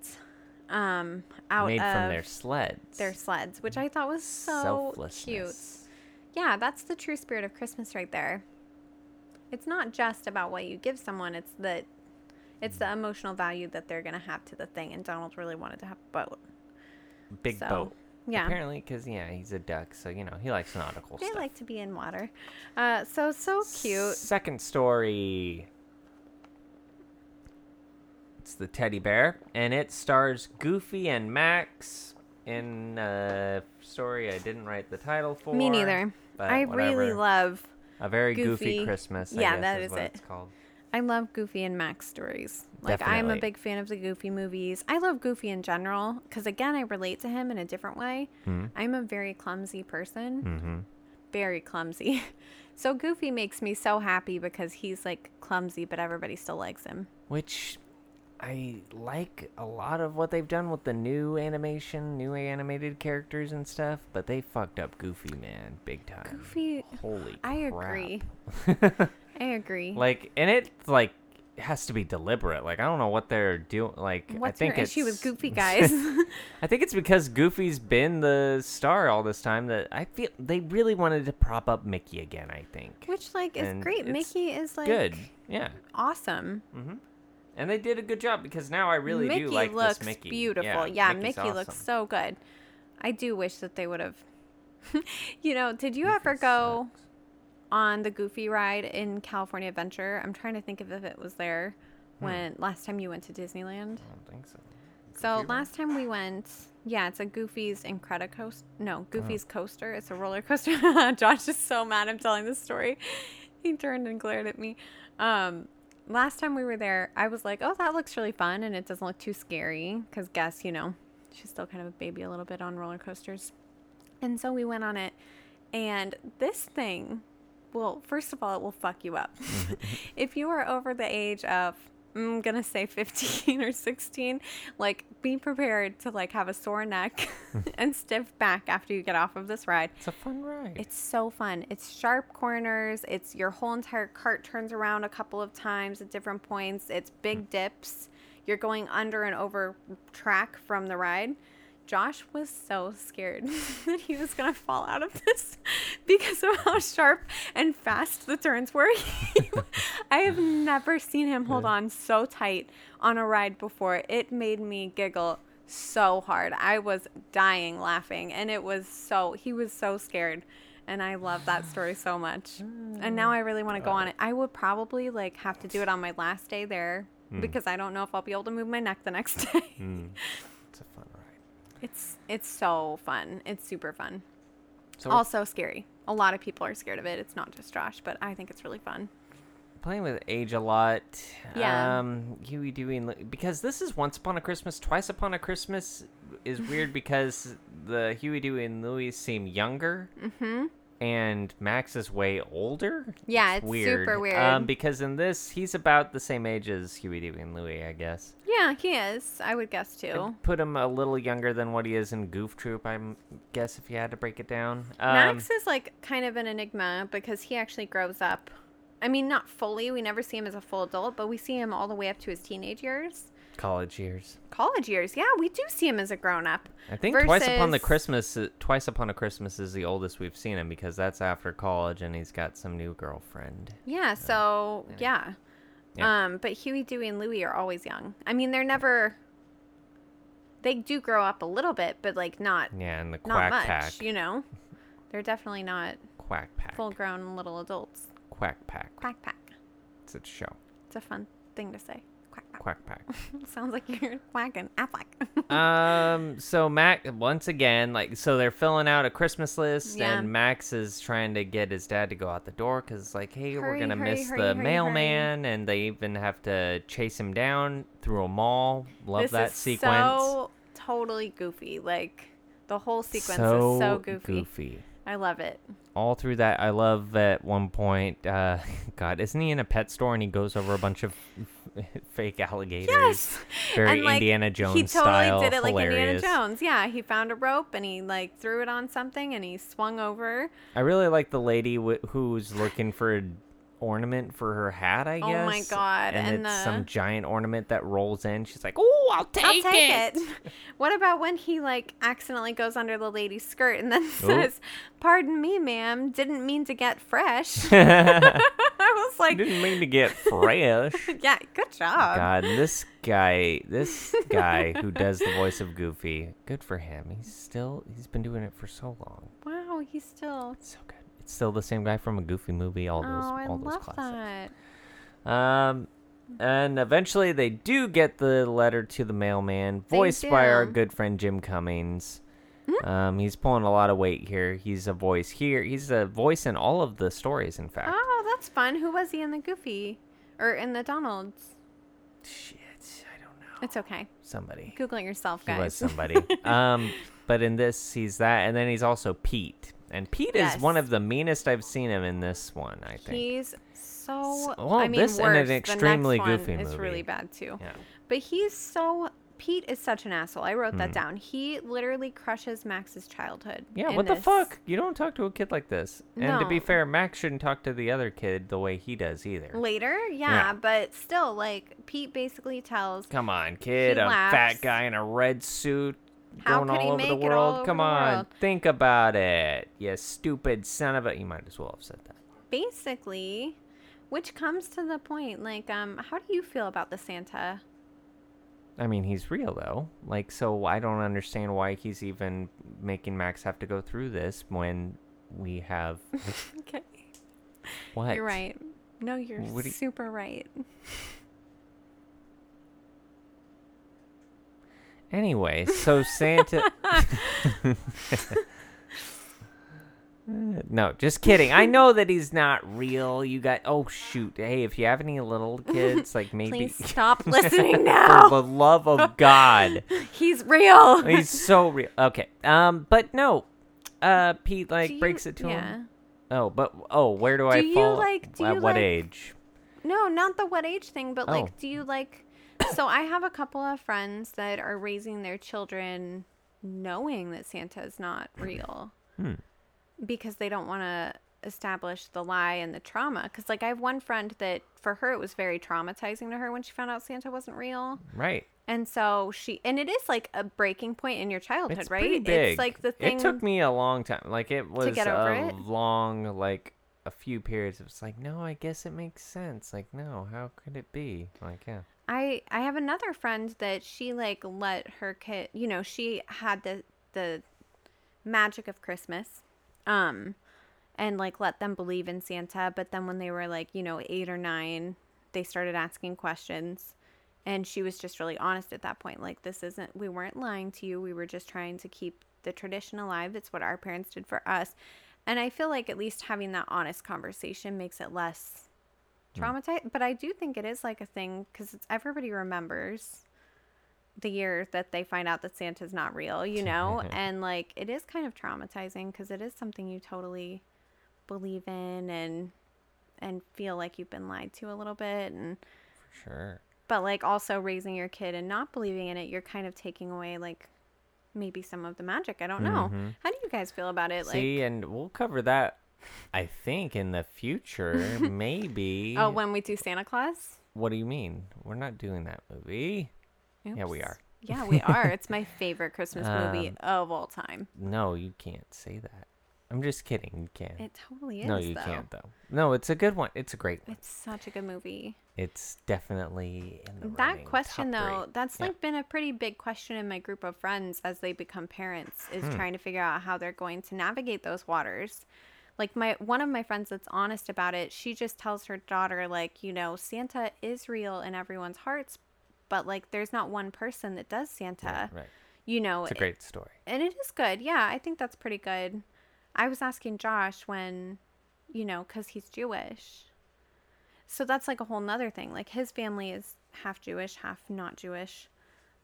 Speaker 2: um out
Speaker 1: Made
Speaker 2: of
Speaker 1: from their sleds.
Speaker 2: their sleds, which I thought was so cute.
Speaker 1: Selflessness.
Speaker 2: Yeah, that's the true spirit of Christmas right there. It's not just about what you give someone, it's the it's the emotional value that they're going to have to the thing and Donald really wanted to have a boat.
Speaker 1: Big
Speaker 2: so,
Speaker 1: boat.
Speaker 2: Yeah.
Speaker 1: Apparently, because yeah, he's a duck, so you know he likes nautical
Speaker 2: They
Speaker 1: stuff.
Speaker 2: like to be in water. Uh, so so cute.
Speaker 1: Second story. It's the teddy bear, and it stars Goofy and Max in a story I didn't write the title for.
Speaker 2: Me neither.
Speaker 1: but
Speaker 2: I really
Speaker 1: whatever.
Speaker 2: love
Speaker 1: a very goofy,
Speaker 2: Goofy.
Speaker 1: Christmas. I
Speaker 2: Yeah,
Speaker 1: guess,
Speaker 2: that
Speaker 1: is,
Speaker 2: is
Speaker 1: what
Speaker 2: it.
Speaker 1: It's called.
Speaker 2: I love Goofy and Max stories. Like I'm
Speaker 1: Definitely.
Speaker 2: a big fan of the Goofy movies. I love Goofy in general because again I relate to him in a different way.
Speaker 1: Mm-hmm.
Speaker 2: I'm a very clumsy person. Very clumsy. So Goofy makes me so happy because he's like clumsy but everybody still likes him.
Speaker 1: which I like a lot of what they've done with the new animation, new animated characters and stuff, but they fucked up Goofy man big time.
Speaker 2: Goofy
Speaker 1: Holy
Speaker 2: I
Speaker 1: crap.
Speaker 2: agree. I agree.
Speaker 1: like and it like has to be deliberate. Like I don't know what they're doing like I
Speaker 2: What's
Speaker 1: think
Speaker 2: your
Speaker 1: it's
Speaker 2: issue with Goofy guys?
Speaker 1: I think it's because Goofy's been the star all this time that I feel they really wanted to prop up Mickey again, I think.
Speaker 2: Which like is
Speaker 1: And
Speaker 2: great.
Speaker 1: it's
Speaker 2: Mickey is like
Speaker 1: Good. Yeah.
Speaker 2: awesome.
Speaker 1: And they did a good job because now I really
Speaker 2: Mickey
Speaker 1: do like
Speaker 2: looks
Speaker 1: this Mickey.
Speaker 2: beautiful. Yeah,
Speaker 1: Mickey's
Speaker 2: Mickey looks
Speaker 1: awesome.
Speaker 2: so good. I do wish that they would have. you know, did you ever go on the Goofy ride in California Adventure? I'm trying to think of if it was there
Speaker 1: Hmm.
Speaker 2: when last time you went to Disneyland.
Speaker 1: I don't think so.
Speaker 2: So
Speaker 1: Goofy ride?
Speaker 2: last time we went, yeah, it's a Goofy's Incredicoaster. No, Goofy's coaster. It's a roller coaster. Josh is so mad I'm telling this story. He turned and glared at me. Um, last time we were there, I was like, "Oh, that looks really fun," and it doesn't look too scary because guess you know, she's still kind of a baby a little bit on roller coasters. And so we went on it, and this thing, well, first of all, it will fuck you up. if you are over the age of, I'm gonna say 15 or 16, like be prepared to like have a sore neck and stiff back after you get off of this ride.
Speaker 1: It's a fun ride.
Speaker 2: It's so fun. It's sharp corners. It's your whole entire cart turns around a couple of times at different points. It's big dips. You're going under and over track from the ride. Josh was so scared that he was going to fall out of this because of how sharp and fast the turns were. I have never seen him hold on so tight on a ride before. It made me giggle so hard. I was dying laughing, and it was so, he was so scared. And I love that story so much. And now I really want to go on it. I would probably like have to do it on my last day there because I don't know if I'll be able to move my neck the next day.
Speaker 1: It's a fun ride.
Speaker 2: It's it's so fun. It's super fun.
Speaker 1: So we're
Speaker 2: Also scary. A lot of people are scared of it. It's not just Josh, but I think it's really fun.
Speaker 1: playing with age a lot.
Speaker 2: Yeah.
Speaker 1: Um, Huey, Dewey, and Louie. Because this is Once Upon a Christmas, Twice Upon a Christmas is weird because the Huey, Dewey, and Louie seem younger. Mm-hmm. And Max is way older.
Speaker 2: Yeah, it's super weird.
Speaker 1: Um, because in this, he's about the same age as Huey, Dewey, and Louie, I guess.
Speaker 2: Yeah, he is. I would guess too.
Speaker 1: Put him a little younger than what he is in Goof Troop, I m- guess, if you had to break it down. Um,
Speaker 2: Max is like kind of an enigma because he actually grows up. I mean, not fully. We never see him as a full adult, but we see him all the way up to his teenage years,
Speaker 1: Um, college years.
Speaker 2: college years. Yeah, we do see him as a grown up.
Speaker 1: I think twice upon the
Speaker 2: Versus-
Speaker 1: Christmas, uh, twice upon a Christmas is the oldest we've seen him because that's after college and he's got some new girlfriend.
Speaker 2: Yeah, so yeah.
Speaker 1: Yeah.
Speaker 2: Um, but Huey, Dewey, and Louie are always young. I mean, they're never they do grow up a little bit, but like not
Speaker 1: Yeah, and the
Speaker 2: not
Speaker 1: quack
Speaker 2: much,
Speaker 1: pack.
Speaker 2: you know. They're definitely not
Speaker 1: Quack pack.
Speaker 2: full-grown little adults.
Speaker 1: Quack pack.
Speaker 2: Quack pack.
Speaker 1: It's a show.
Speaker 2: It's a fun thing to say. Quack pack.
Speaker 1: Quack pack.
Speaker 2: Sounds like you're quacking. Affleck.
Speaker 1: um so mac once again like so they're filling out a christmas list
Speaker 2: Yeah.
Speaker 1: and max is trying to get his dad to go out the door because it's like hey we're
Speaker 2: Hurry,
Speaker 1: gonna
Speaker 2: hurry,
Speaker 1: miss
Speaker 2: hurry,
Speaker 1: the
Speaker 2: hurry, hurry.
Speaker 1: mailman and they even have to chase him down through a mall love
Speaker 2: this
Speaker 1: that
Speaker 2: is
Speaker 1: sequence
Speaker 2: so totally goofy. Like the whole sequence is so goofy. I love it.
Speaker 1: all through that i love at one point uh god isn't he in a pet store and he goes over a bunch of fake alligators
Speaker 2: Yes.
Speaker 1: very
Speaker 2: and, like,
Speaker 1: indiana jones
Speaker 2: He totally
Speaker 1: style
Speaker 2: did it like
Speaker 1: hilarious
Speaker 2: Indiana Jones. Yeah, he found a rope and he like threw it on something and he swung over.
Speaker 1: I really like the lady w- who's looking for an ornament for her hat, I guess.
Speaker 2: Oh my God,
Speaker 1: And,
Speaker 2: and
Speaker 1: it's
Speaker 2: the-
Speaker 1: some giant ornament that rolls in. She's like, "Oh, I'll take,
Speaker 2: I'll take it. What about when he like accidentally goes under the lady's skirt and then says, "Pardon me, ma'am, didn't mean to get fresh." I was like,
Speaker 1: Didn't mean to get fresh.
Speaker 2: "Yeah, good job."
Speaker 1: God, this guy, this guy who does the voice of Goofy, good for him. He's still, he's been doing it for so long.
Speaker 2: Wow, he's still.
Speaker 1: It's so good. It's still the same guy from a Goofy movie. All
Speaker 2: Oh,
Speaker 1: those,
Speaker 2: I
Speaker 1: all those
Speaker 2: love
Speaker 1: classics.
Speaker 2: that.
Speaker 1: Um, and eventually they do get the letter to the mailman, voiced by our
Speaker 2: do. Mm-hmm.
Speaker 1: good friend Jim Cummings. Um, he's pulling a lot of weight here. He's a voice here. He's a voice in all of the stories. In fact,
Speaker 2: Oh, that's fun. Who was he in the Goofy or in the Donald's?
Speaker 1: shit, I don't know.
Speaker 2: It's okay.
Speaker 1: Somebody.
Speaker 2: Google it yourself,
Speaker 1: He
Speaker 2: guys.
Speaker 1: was somebody. um, but in this, he's that, and then he's also Pete. And Pete is one
Speaker 2: Yes.
Speaker 1: of the meanest I've seen him in this one. I think.
Speaker 2: He's so.
Speaker 1: So- well,
Speaker 2: I mean,
Speaker 1: this and an
Speaker 2: worse.
Speaker 1: extremely
Speaker 2: the next
Speaker 1: goofy
Speaker 2: one is
Speaker 1: movie.
Speaker 2: really bad too.
Speaker 1: Yeah.
Speaker 2: But he's so. Pete is such an asshole. I wrote that down. He literally crushes Max's childhood.
Speaker 1: Hmm. Yeah,
Speaker 2: in
Speaker 1: what the
Speaker 2: this.
Speaker 1: fuck? You don't talk to a kid like this. And to be
Speaker 2: No.
Speaker 1: fair, Max shouldn't talk to the other kid the way he does either.
Speaker 2: Later,
Speaker 1: Yeah.
Speaker 2: yeah, but still, like Pete basically tells
Speaker 1: Come on, kid, a
Speaker 2: laughs.
Speaker 1: fat guy in a red suit
Speaker 2: How
Speaker 1: going
Speaker 2: could he
Speaker 1: all over the
Speaker 2: make it all
Speaker 1: world.
Speaker 2: over
Speaker 1: Come
Speaker 2: the
Speaker 1: on,
Speaker 2: world?
Speaker 1: think about it. You stupid son of a. You might as well have said that.
Speaker 2: basically, which comes to the point. Like, um, how do you feel about the Santa?
Speaker 1: I mean, he's real though. Like, so I don't understand why he's even making Max have to go through this when we have
Speaker 2: Okay,
Speaker 1: what?
Speaker 2: you're right. No, you're
Speaker 1: What do you-
Speaker 2: super right.
Speaker 1: Anyway, so Santa. no, just kidding. I know that he's not real. You got. Oh shoot! Hey, if you have any little kids, like maybe.
Speaker 2: Please stop listening
Speaker 1: For
Speaker 2: now.
Speaker 1: the love of God,
Speaker 2: He's real.
Speaker 1: he's so real. Okay. Um, but no. Uh, Pete like
Speaker 2: Do you-
Speaker 1: breaks it to
Speaker 2: yeah.
Speaker 1: him. Oh, but oh, where do, I
Speaker 2: you
Speaker 1: fall?
Speaker 2: like- do
Speaker 1: At
Speaker 2: you
Speaker 1: what
Speaker 2: like-
Speaker 1: age?
Speaker 2: No, not the what age thing, but
Speaker 1: Oh.
Speaker 2: like, do you like? So I have a couple of friends that are raising their children knowing that Santa is not real
Speaker 1: Hmm.
Speaker 2: because they don't want to establish the lie and the trauma. Because like I have one friend that for her it was very traumatizing to her when she found out Santa wasn't real.
Speaker 1: Right.
Speaker 2: And so she, and it is like a breaking point in your childhood,
Speaker 1: It's
Speaker 2: right?
Speaker 1: pretty big.
Speaker 2: It's like the thing.
Speaker 1: It took me a long time. Like it was
Speaker 2: get over
Speaker 1: a
Speaker 2: it?
Speaker 1: long, like a few periods. It was like, no, I guess it makes sense. Like, no, how could it be? Like, yeah,
Speaker 2: I I have another friend that she like let her kid, you know, she had the the magic of Christmas. Um and like let them believe in Santa, but then when they were like, you know, 8 or 9, they started asking questions and she was just really honest at that point like this isn't we weren't lying to you. We were just trying to keep the tradition alive. It's what our parents did for us. And I feel like at least having that honest conversation makes it less traumatized but i do think it is like a thing because everybody remembers the year that they find out that santa's not real you know and like it is kind of traumatizing because it is something you totally believe in and and feel like you've been lied to a little bit and
Speaker 1: for sure.
Speaker 2: but like also raising your kid and not believing in it you're kind of taking away like maybe some of the magic i don't know how do you guys feel about it like
Speaker 1: Mm-hmm. See, and we'll cover that. I think in the future, maybe.
Speaker 2: oh when we do santa claus
Speaker 1: What do you mean? We're not doing that movie. Yeah, we
Speaker 2: Oops.
Speaker 1: are. Um,
Speaker 2: Yeah, we are. It's my favorite Christmas movie of all time.
Speaker 1: No, you can't say that. I'm just kidding. You can.
Speaker 2: It totally is.
Speaker 1: no, you
Speaker 2: though.
Speaker 1: can't though. No, it's a good one. It's a great one.
Speaker 2: It's such a good movie.
Speaker 1: It's definitely in the running,
Speaker 2: That question
Speaker 1: top
Speaker 2: though,
Speaker 1: three.
Speaker 2: that's
Speaker 1: Yeah.
Speaker 2: like been a pretty big question in my group of friends as they become parents is
Speaker 1: Hmm.
Speaker 2: trying to figure out how they're going to navigate those waters. Like my one of my friends that's honest about it, she just tells her daughter like, you know, Santa is real in everyone's hearts, but like there's not one person that does Santa.
Speaker 1: Right.
Speaker 2: You know,
Speaker 1: It's a great story.
Speaker 2: and it is good. Yeah, I think that's pretty good. I was asking Josh when, you know, because he's Jewish. So that's like a whole nother thing. Like his family is half Jewish, half not Jewish.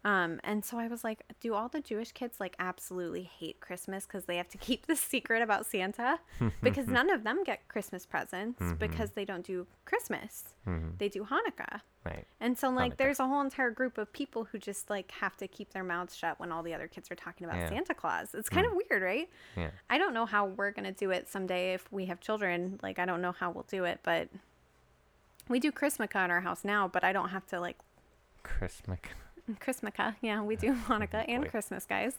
Speaker 2: Um, and so I was like, do all the Jewish kids like absolutely hate Christmas because they have to keep the secret about Santa? Because none of them get Christmas presents because they don't do Christmas, they do Hanukkah.
Speaker 1: Right.
Speaker 2: And so, like,
Speaker 1: Hanukkah.
Speaker 2: there's a whole entire group of people who just like have to keep their mouths shut when all the other kids are talking about
Speaker 1: Yeah. Hmm.
Speaker 2: Santa Claus. It's kind of weird, right?
Speaker 1: Yeah.
Speaker 2: I don't know how we're gonna do it someday if we have children. Like, I don't know how we'll do it, but we do Chrismica in our house now. But I don't have to like
Speaker 1: Christmas.
Speaker 2: Chrismica. Yeah, we do Hanukkah and
Speaker 1: Boy.
Speaker 2: Christmas, guys.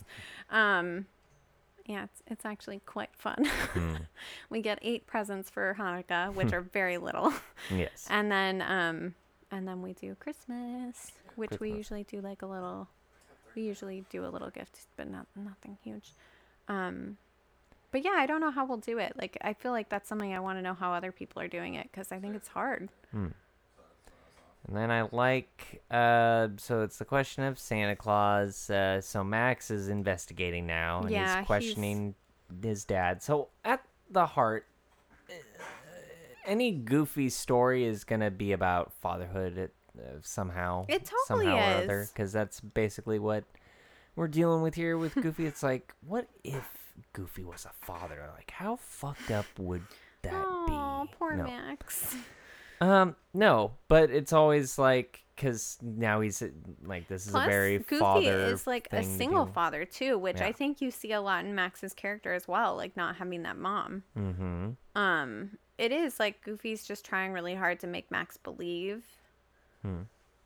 Speaker 2: Um, yeah, it's, it's actually quite fun. we get eight presents for Hanukkah,
Speaker 1: Hmm.
Speaker 2: which are very little.
Speaker 1: Yes.
Speaker 2: And then um and then we do Christmas, which we
Speaker 1: Christmas.
Speaker 2: usually do like a little we usually do a little gift, but not nothing huge. Um but yeah, I don't know how we'll do it. Like I feel like that's something I want to know how other people are doing it cuz I think it's hard.
Speaker 1: And then I like, uh, so it's the question of Santa Claus. Uh, so Max is investigating now, and
Speaker 2: Yeah,
Speaker 1: he's
Speaker 2: he's-
Speaker 1: questioning his dad. So at the heart, uh, any goofy story is gonna be about fatherhood at, uh, somehow.
Speaker 2: It totally
Speaker 1: somehow
Speaker 2: is.
Speaker 1: because that's basically what we're dealing with here with Goofy. it's like, what if Goofy was a father? Like, how fucked up would that
Speaker 2: Oh,
Speaker 1: be?
Speaker 2: poor
Speaker 1: No.
Speaker 2: Max.
Speaker 1: Um, no, but it's always like because now he's uh, like this is
Speaker 2: Plus,
Speaker 1: a very
Speaker 2: Goofy
Speaker 1: father
Speaker 2: is like
Speaker 1: thing
Speaker 2: a
Speaker 1: to
Speaker 2: single
Speaker 1: do.
Speaker 2: father too, which
Speaker 1: Yeah.
Speaker 2: I think you see a lot in Max's character as well, like not having that mom.
Speaker 1: Mhm.
Speaker 2: um it is like goofy's just trying really hard to make max believe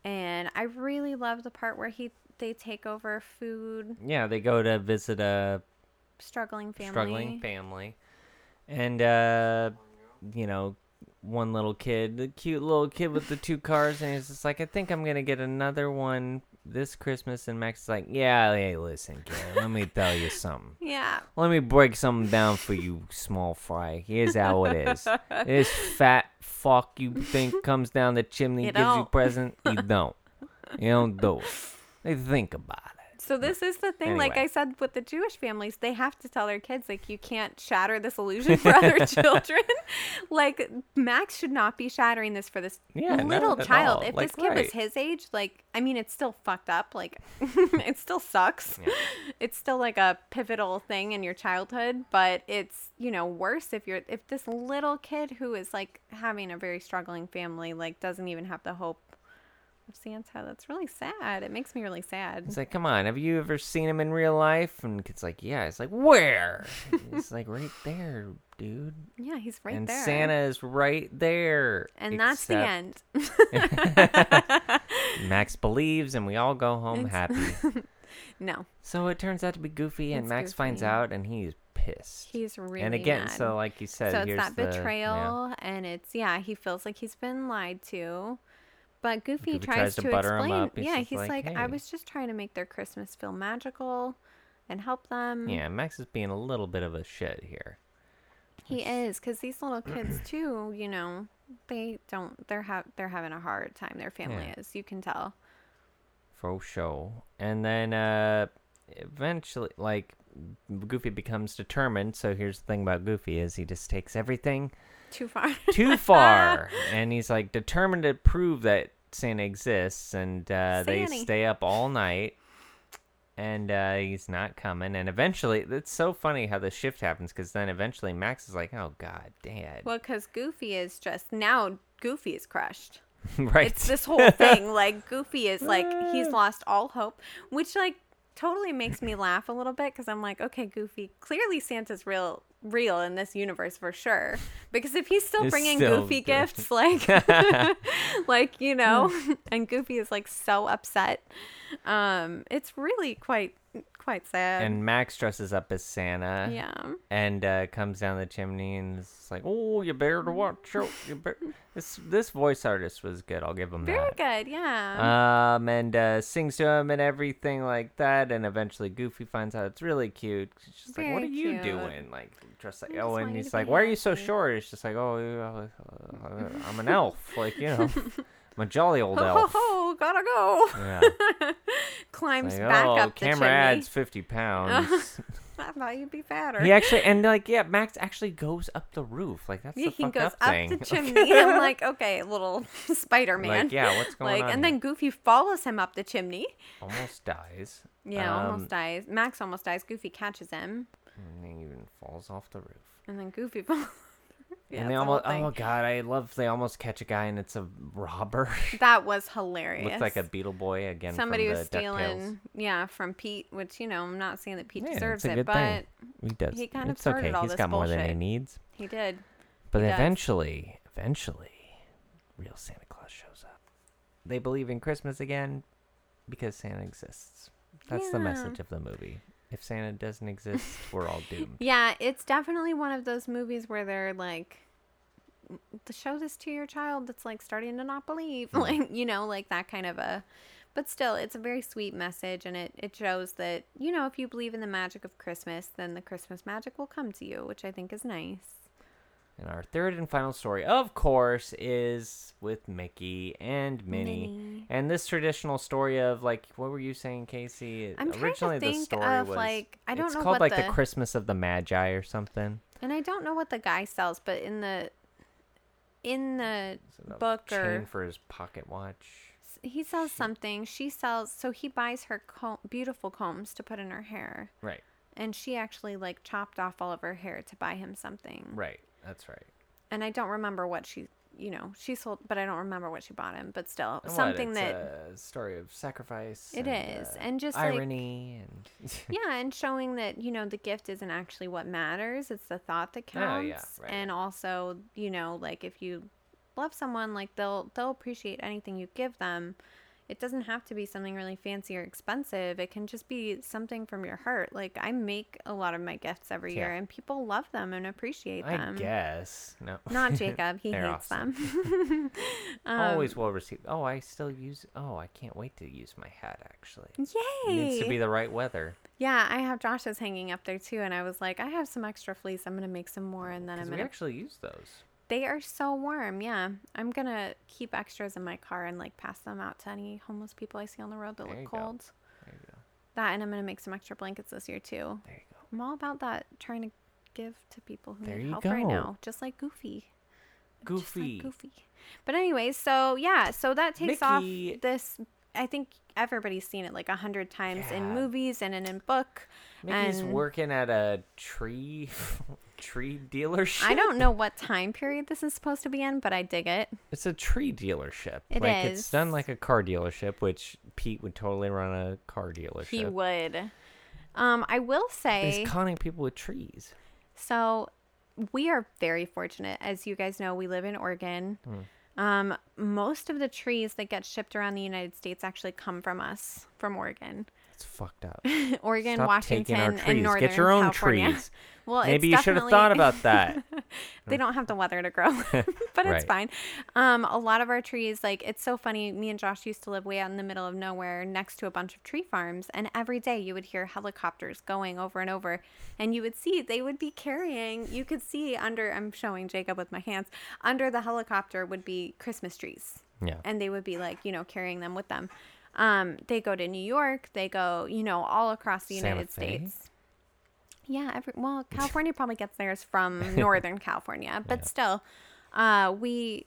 Speaker 2: and i really love the part where he they take over food
Speaker 1: Yeah, they go to visit a
Speaker 2: struggling family
Speaker 1: struggling family, and uh, you know, one little kid, the cute little kid with the two cars, and he's just like, I think I'm gonna get another one this Christmas, and Max is like, Yeah, hey, listen, kid, let me tell you something.
Speaker 2: yeah
Speaker 1: Let me break something down for you, small fry. Here's how it is. This fat fuck you think comes down the chimney
Speaker 2: You
Speaker 1: gives you
Speaker 2: don't.
Speaker 1: present. You don't. You don't do it. They think about it.
Speaker 2: so this is the thing like
Speaker 1: Anyway.
Speaker 2: i said with the jewish families they have to tell their kids like you can't shatter this illusion for other children like max should not be shattering this for this
Speaker 1: Yeah, not
Speaker 2: little
Speaker 1: at
Speaker 2: child
Speaker 1: all.
Speaker 2: if
Speaker 1: Like,
Speaker 2: this kid
Speaker 1: right.
Speaker 2: was his age like i mean it's still fucked up like it still sucks it's still like a pivotal thing in your childhood but it's you know worse if you're if this little kid who is like having a very struggling family like doesn't even have the hope of santa that's really sad it makes me really sad
Speaker 1: It's like, come on, have you ever seen him in real life? And it's like, yeah. It's like, where? it's like right there, dude.
Speaker 2: yeah he's right
Speaker 1: and
Speaker 2: there
Speaker 1: Santa is right there.
Speaker 2: and that's the
Speaker 1: Except
Speaker 2: end
Speaker 1: Max believes, and we all go home happy.
Speaker 2: no
Speaker 1: So it turns out to be Goofy, and
Speaker 2: It's
Speaker 1: Max finds
Speaker 2: Goofy.
Speaker 1: out, and he's pissed.
Speaker 2: he's really
Speaker 1: and again,
Speaker 2: mad.
Speaker 1: so like you said,
Speaker 2: so it's
Speaker 1: here's
Speaker 2: that
Speaker 1: the- yeah.
Speaker 2: betrayal and it's yeah he feels like he's been lied to but goofy,
Speaker 1: Goofy
Speaker 2: tries,
Speaker 1: tries to
Speaker 2: to,
Speaker 1: butter him
Speaker 2: explain
Speaker 1: up. He's
Speaker 2: yeah
Speaker 1: just
Speaker 2: he's
Speaker 1: like,
Speaker 2: like, i
Speaker 1: "Hey."
Speaker 2: was just trying to make their christmas feel magical and help them
Speaker 1: Yeah, Max is being a little bit of a shit here.
Speaker 2: he is because these little kids too you know they don't they're ha- they're having a hard time their family
Speaker 1: Yeah.
Speaker 2: is you can tell
Speaker 1: For sure. And then uh eventually like Goofy becomes determined, so here's the thing about Goofy is he just takes everything
Speaker 2: too far
Speaker 1: too far and he's like determined to prove that Santa exists and uh they
Speaker 2: Sanny.
Speaker 1: stay up all night and uh he's not coming and eventually it's so funny how the shift happens cuz then eventually Max is like, "Oh god, dad."
Speaker 2: well because goofy is just now goofy is crushed
Speaker 1: right.
Speaker 2: it's this whole thing like goofy is like
Speaker 1: Mm.
Speaker 2: he's lost all hope which like totally makes me laugh a little bit because i'm like okay goofy clearly santa's real real in this universe for sure because if he's still
Speaker 1: He's
Speaker 2: bringing
Speaker 1: still
Speaker 2: goofy
Speaker 1: doing it.
Speaker 2: gifts like like you
Speaker 1: Hmm.
Speaker 2: know and goofy is like so upset um it's really quite quite sad.
Speaker 1: and Max dresses up as Santa.
Speaker 2: yeah.
Speaker 1: And uh, comes down the chimney and is like, "Oh, you better
Speaker 2: Mm.
Speaker 1: watch out! You better." this this voice artist was good. I'll give him
Speaker 2: Very
Speaker 1: that.
Speaker 2: good. Yeah.
Speaker 1: Um, and uh, sings to him and everything like that. And eventually, Goofy finds out it's really cute. She's just like, "What
Speaker 2: Very
Speaker 1: are you
Speaker 2: cute.
Speaker 1: doing?" Like, dressed like
Speaker 2: I just
Speaker 1: oh,
Speaker 2: want
Speaker 1: and
Speaker 2: you to
Speaker 1: he's
Speaker 2: be
Speaker 1: like, "Why are you so
Speaker 2: happy."
Speaker 1: short?" It's just like, "Oh, uh, uh, I'm an elf. Like, you know, I'm a jolly old
Speaker 2: ho ho
Speaker 1: elf."
Speaker 2: ho! Gotta go.
Speaker 1: Yeah.
Speaker 2: Climbs
Speaker 1: Like,
Speaker 2: back
Speaker 1: oh,
Speaker 2: up the
Speaker 1: camera
Speaker 2: chimney.
Speaker 1: adds 50 pounds.
Speaker 2: I thought you'd be fatter.
Speaker 1: he actually, and like, yeah, Max actually goes up the roof. Like, that's the
Speaker 2: he
Speaker 1: fucked
Speaker 2: goes
Speaker 1: up
Speaker 2: up,
Speaker 1: thing.
Speaker 2: the chimney. I'm like, okay, little Spider Man.
Speaker 1: Like, yeah, what's going
Speaker 2: Like,
Speaker 1: on?
Speaker 2: and then Goofy follows him up the chimney.
Speaker 1: almost dies.
Speaker 2: Yeah,
Speaker 1: Um,
Speaker 2: almost dies. Max almost dies. Goofy catches him,
Speaker 1: And he even falls off the roof.
Speaker 2: and then Goofy falls.
Speaker 1: and they
Speaker 2: it's a
Speaker 1: almost,
Speaker 2: whole
Speaker 1: oh
Speaker 2: thing.
Speaker 1: god, I love they almost catch a guy and it's a robber.
Speaker 2: that was hilarious.
Speaker 1: Looks like a Beetle Boy again.
Speaker 2: somebody
Speaker 1: from
Speaker 2: was
Speaker 1: the DuckTales.
Speaker 2: stealing. Yeah, from Pete, which you know I'm not saying that Pete
Speaker 1: Yeah,
Speaker 2: deserves
Speaker 1: it's a
Speaker 2: it,
Speaker 1: good
Speaker 2: but
Speaker 1: thing. He does.
Speaker 2: he kind of
Speaker 1: it's okay.
Speaker 2: started all
Speaker 1: He's
Speaker 2: this
Speaker 1: got more than he
Speaker 2: bullshit.
Speaker 1: needs.
Speaker 2: he did.
Speaker 1: But
Speaker 2: He does.
Speaker 1: eventually, eventually, real Santa Claus shows up. They believe in Christmas again because Santa exists. That's the
Speaker 2: Yeah.
Speaker 1: message of the movie. If Santa doesn't exist, we're all doomed.
Speaker 2: Yeah, it's definitely one of those movies where they're like, to show this to your child that's like starting to not believe, like you know, like that kind of a. But still, it's a very sweet message, and it it shows that you know if you believe in the magic of Christmas, then the Christmas magic will come to you, which I think is nice.
Speaker 1: And our third and final story, of course, is with Mickey and Minnie.
Speaker 2: Minnie.
Speaker 1: And this traditional story of like what were you saying, Casey?
Speaker 2: I'm trying to
Speaker 1: Originally, the
Speaker 2: think
Speaker 1: story
Speaker 2: of,
Speaker 1: was
Speaker 2: like- I don't
Speaker 1: it's
Speaker 2: know
Speaker 1: called
Speaker 2: what
Speaker 1: like the...
Speaker 2: the-
Speaker 1: Christmas of the Magi or something.
Speaker 2: And I don't know what the guy sells, but in the in the
Speaker 1: So the
Speaker 2: book
Speaker 1: chain
Speaker 2: or
Speaker 1: for his pocket watch.
Speaker 2: he sells something, she sells so he buys her comb, beautiful combs to put in her hair.
Speaker 1: Right,
Speaker 2: And she actually like chopped off all of her hair to buy him something.
Speaker 1: right. That's right.
Speaker 2: And I don't remember what she, you know, she sold, but I don't remember what she bought him, but still
Speaker 1: And what,
Speaker 2: something
Speaker 1: it's
Speaker 2: that
Speaker 1: a story of sacrifice.
Speaker 2: it is,
Speaker 1: and, uh,
Speaker 2: and just like
Speaker 1: irony and
Speaker 2: yeah, and showing that you know the gift isn't actually what matters; it's the thought that
Speaker 1: Oh,
Speaker 2: counts.
Speaker 1: yeah, right,
Speaker 2: And also, you know, like if you love someone, like they'll they'll appreciate anything you give them. It doesn't have to be something really fancy or expensive. It can just be something from your heart. Like I make a lot of my gifts every
Speaker 1: Yeah.
Speaker 2: year, and people love them and appreciate
Speaker 1: I
Speaker 2: them.
Speaker 1: guess no.
Speaker 2: Not Jacob; he
Speaker 1: They're
Speaker 2: hates
Speaker 1: awesome.
Speaker 2: them. um,
Speaker 1: Always well received. Oh, I still use. Oh, I can't wait to use my hat. Actually, it
Speaker 2: Yay!
Speaker 1: needs to be the right weather.
Speaker 2: yeah, I have Josh's hanging up there too, and I was like, I have some extra fleece. I'm gonna make some more, and then I'm
Speaker 1: 'Cause we
Speaker 2: gonna
Speaker 1: actually use those.
Speaker 2: They are so warm. Yeah. I'm going to keep extras in my car and like pass them out to any homeless people I see on the road that
Speaker 1: There you
Speaker 2: look
Speaker 1: go.
Speaker 2: cold.
Speaker 1: There you go.
Speaker 2: That and I'm going to make some extra blankets this year too.
Speaker 1: There you go.
Speaker 2: I'm all about that trying to give to people who
Speaker 1: There
Speaker 2: need
Speaker 1: you
Speaker 2: help right
Speaker 1: go.
Speaker 2: now, just like Goofy. Just like
Speaker 1: Goofy.
Speaker 2: Goofy. But anyways, so yeah, so that takes
Speaker 1: Mickey.
Speaker 2: off this I think everybody's seen it like a hundred times in
Speaker 1: Yeah.
Speaker 2: movies and in, in book.
Speaker 1: Mickey's
Speaker 2: and
Speaker 1: working at a tree tree dealership.
Speaker 2: I don't know what time period this is supposed to be in, but I dig it.
Speaker 1: It's a tree dealership.
Speaker 2: It
Speaker 1: like it's
Speaker 2: is.
Speaker 1: done like a car dealership, which Pete would totally run a car dealership.
Speaker 2: He would. Um, I will say
Speaker 1: He's conning people with trees.
Speaker 2: so. We are very fortunate, as you guys know. We live in Oregon.
Speaker 1: Hmm.
Speaker 2: Um, most of the trees that get shipped around the United States actually come from us, from Oregon,
Speaker 1: It's fucked up.
Speaker 2: Oregon,
Speaker 1: Stop
Speaker 2: Washington,
Speaker 1: taking our
Speaker 2: and
Speaker 1: trees.
Speaker 2: northern
Speaker 1: Get your own
Speaker 2: California.
Speaker 1: trees.
Speaker 2: Well,
Speaker 1: Maybe you
Speaker 2: it's
Speaker 1: should have
Speaker 2: definitely-
Speaker 1: thought about that.
Speaker 2: they don't have the weather to grow, but it's
Speaker 1: Right.
Speaker 2: fine. Um, a lot of our trees, like it's so funny. Me and Josh used to live way out in the middle of nowhere, next to a bunch of tree farms, and every day you would hear helicopters going over and over, and you would see they would be carrying. You could see under. I'm showing Jacob with my hands. Under the helicopter would be Christmas trees
Speaker 1: yeah.
Speaker 2: and they would be like you know carrying them with them um they go to new york they go you know all across the
Speaker 1: Santa
Speaker 2: united
Speaker 1: Fe?
Speaker 2: states yeah every, well california probably gets theirs from northern california but still uh we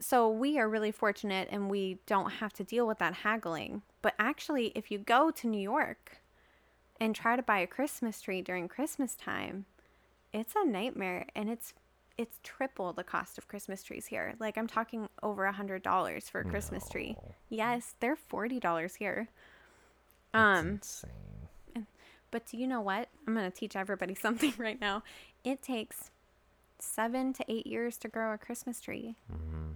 Speaker 2: so we are really fortunate and we don't have to deal with that haggling but actually if you go to new york and try to buy a christmas tree during christmas time it's a nightmare and it's it's triple the cost of christmas trees here like i'm talking over a hundred dollars for a christmas tree
Speaker 1: No.
Speaker 2: yes they're forty dollars here
Speaker 1: That's
Speaker 2: um
Speaker 1: insane.
Speaker 2: but do you know what i'm gonna teach everybody something right now it takes seven to eight years to grow a christmas tree
Speaker 1: Mm-hmm.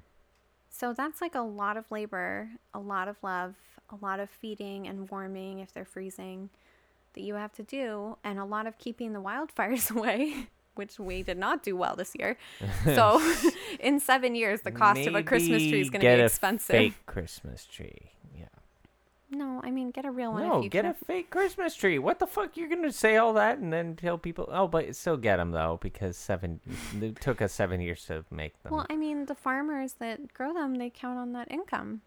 Speaker 2: so that's like a lot of labor a lot of love a lot of feeding and warming if they're freezing that you have to do, and a lot of keeping the wildfires away, which we did not do well this year. So, in seven years, the cost of a Christmas tree is going to
Speaker 1: Maybe
Speaker 2: be
Speaker 1: get a
Speaker 2: expensive.
Speaker 1: fake Christmas tree. Yeah.
Speaker 2: No, I mean, get a real one.
Speaker 1: No,
Speaker 2: if you
Speaker 1: get
Speaker 2: can.
Speaker 1: a fake Christmas tree. What the fuck? You're gonna say all that and then tell people? Oh, but still get them though because seven. it took us seven years to make them.
Speaker 2: Well, I mean, the farmers that grow them, they count on that income.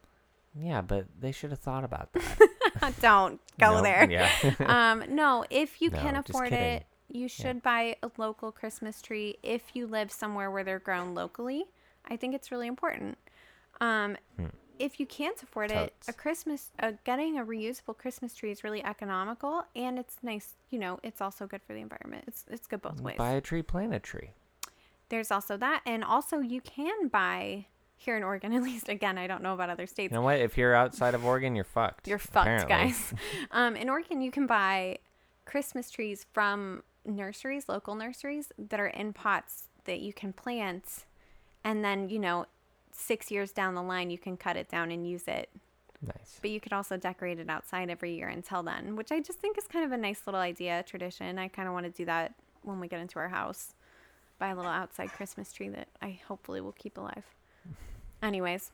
Speaker 1: yeah, but they should have thought about that.
Speaker 2: Don't go
Speaker 1: No,
Speaker 2: there.
Speaker 1: Yeah.
Speaker 2: um, no, if you can
Speaker 1: No, just
Speaker 2: afford
Speaker 1: kidding.
Speaker 2: it, you should buy a local Christmas tree if you live somewhere where they're grown locally. I think it's really important. Um,
Speaker 1: Hmm.
Speaker 2: If you can't afford
Speaker 1: Totes.
Speaker 2: it, a Christmas uh, getting a reusable Christmas tree is really economical, and it's nice. You know, it's also good for the environment. It's it's good both ways.
Speaker 1: Buy a tree, plant a tree.
Speaker 2: There's also that, and also you can buy here in Oregon, at least. Again, I don't know about other states.
Speaker 1: You know what? If you're outside of Oregon, you're fucked.
Speaker 2: You're fucked,
Speaker 1: apparently.
Speaker 2: guys. Um, in Oregon, you can buy Christmas trees from nurseries, local nurseries that are in pots that you can plant, and then you know, six years down the line, you can cut it down and use it.
Speaker 1: Nice.
Speaker 2: But you could also decorate it outside every year until then, which I just think is kind of a nice little idea tradition. I kind of want to do that when we get into our house, buy a little outside Christmas tree that I hopefully will keep alive. Anyways,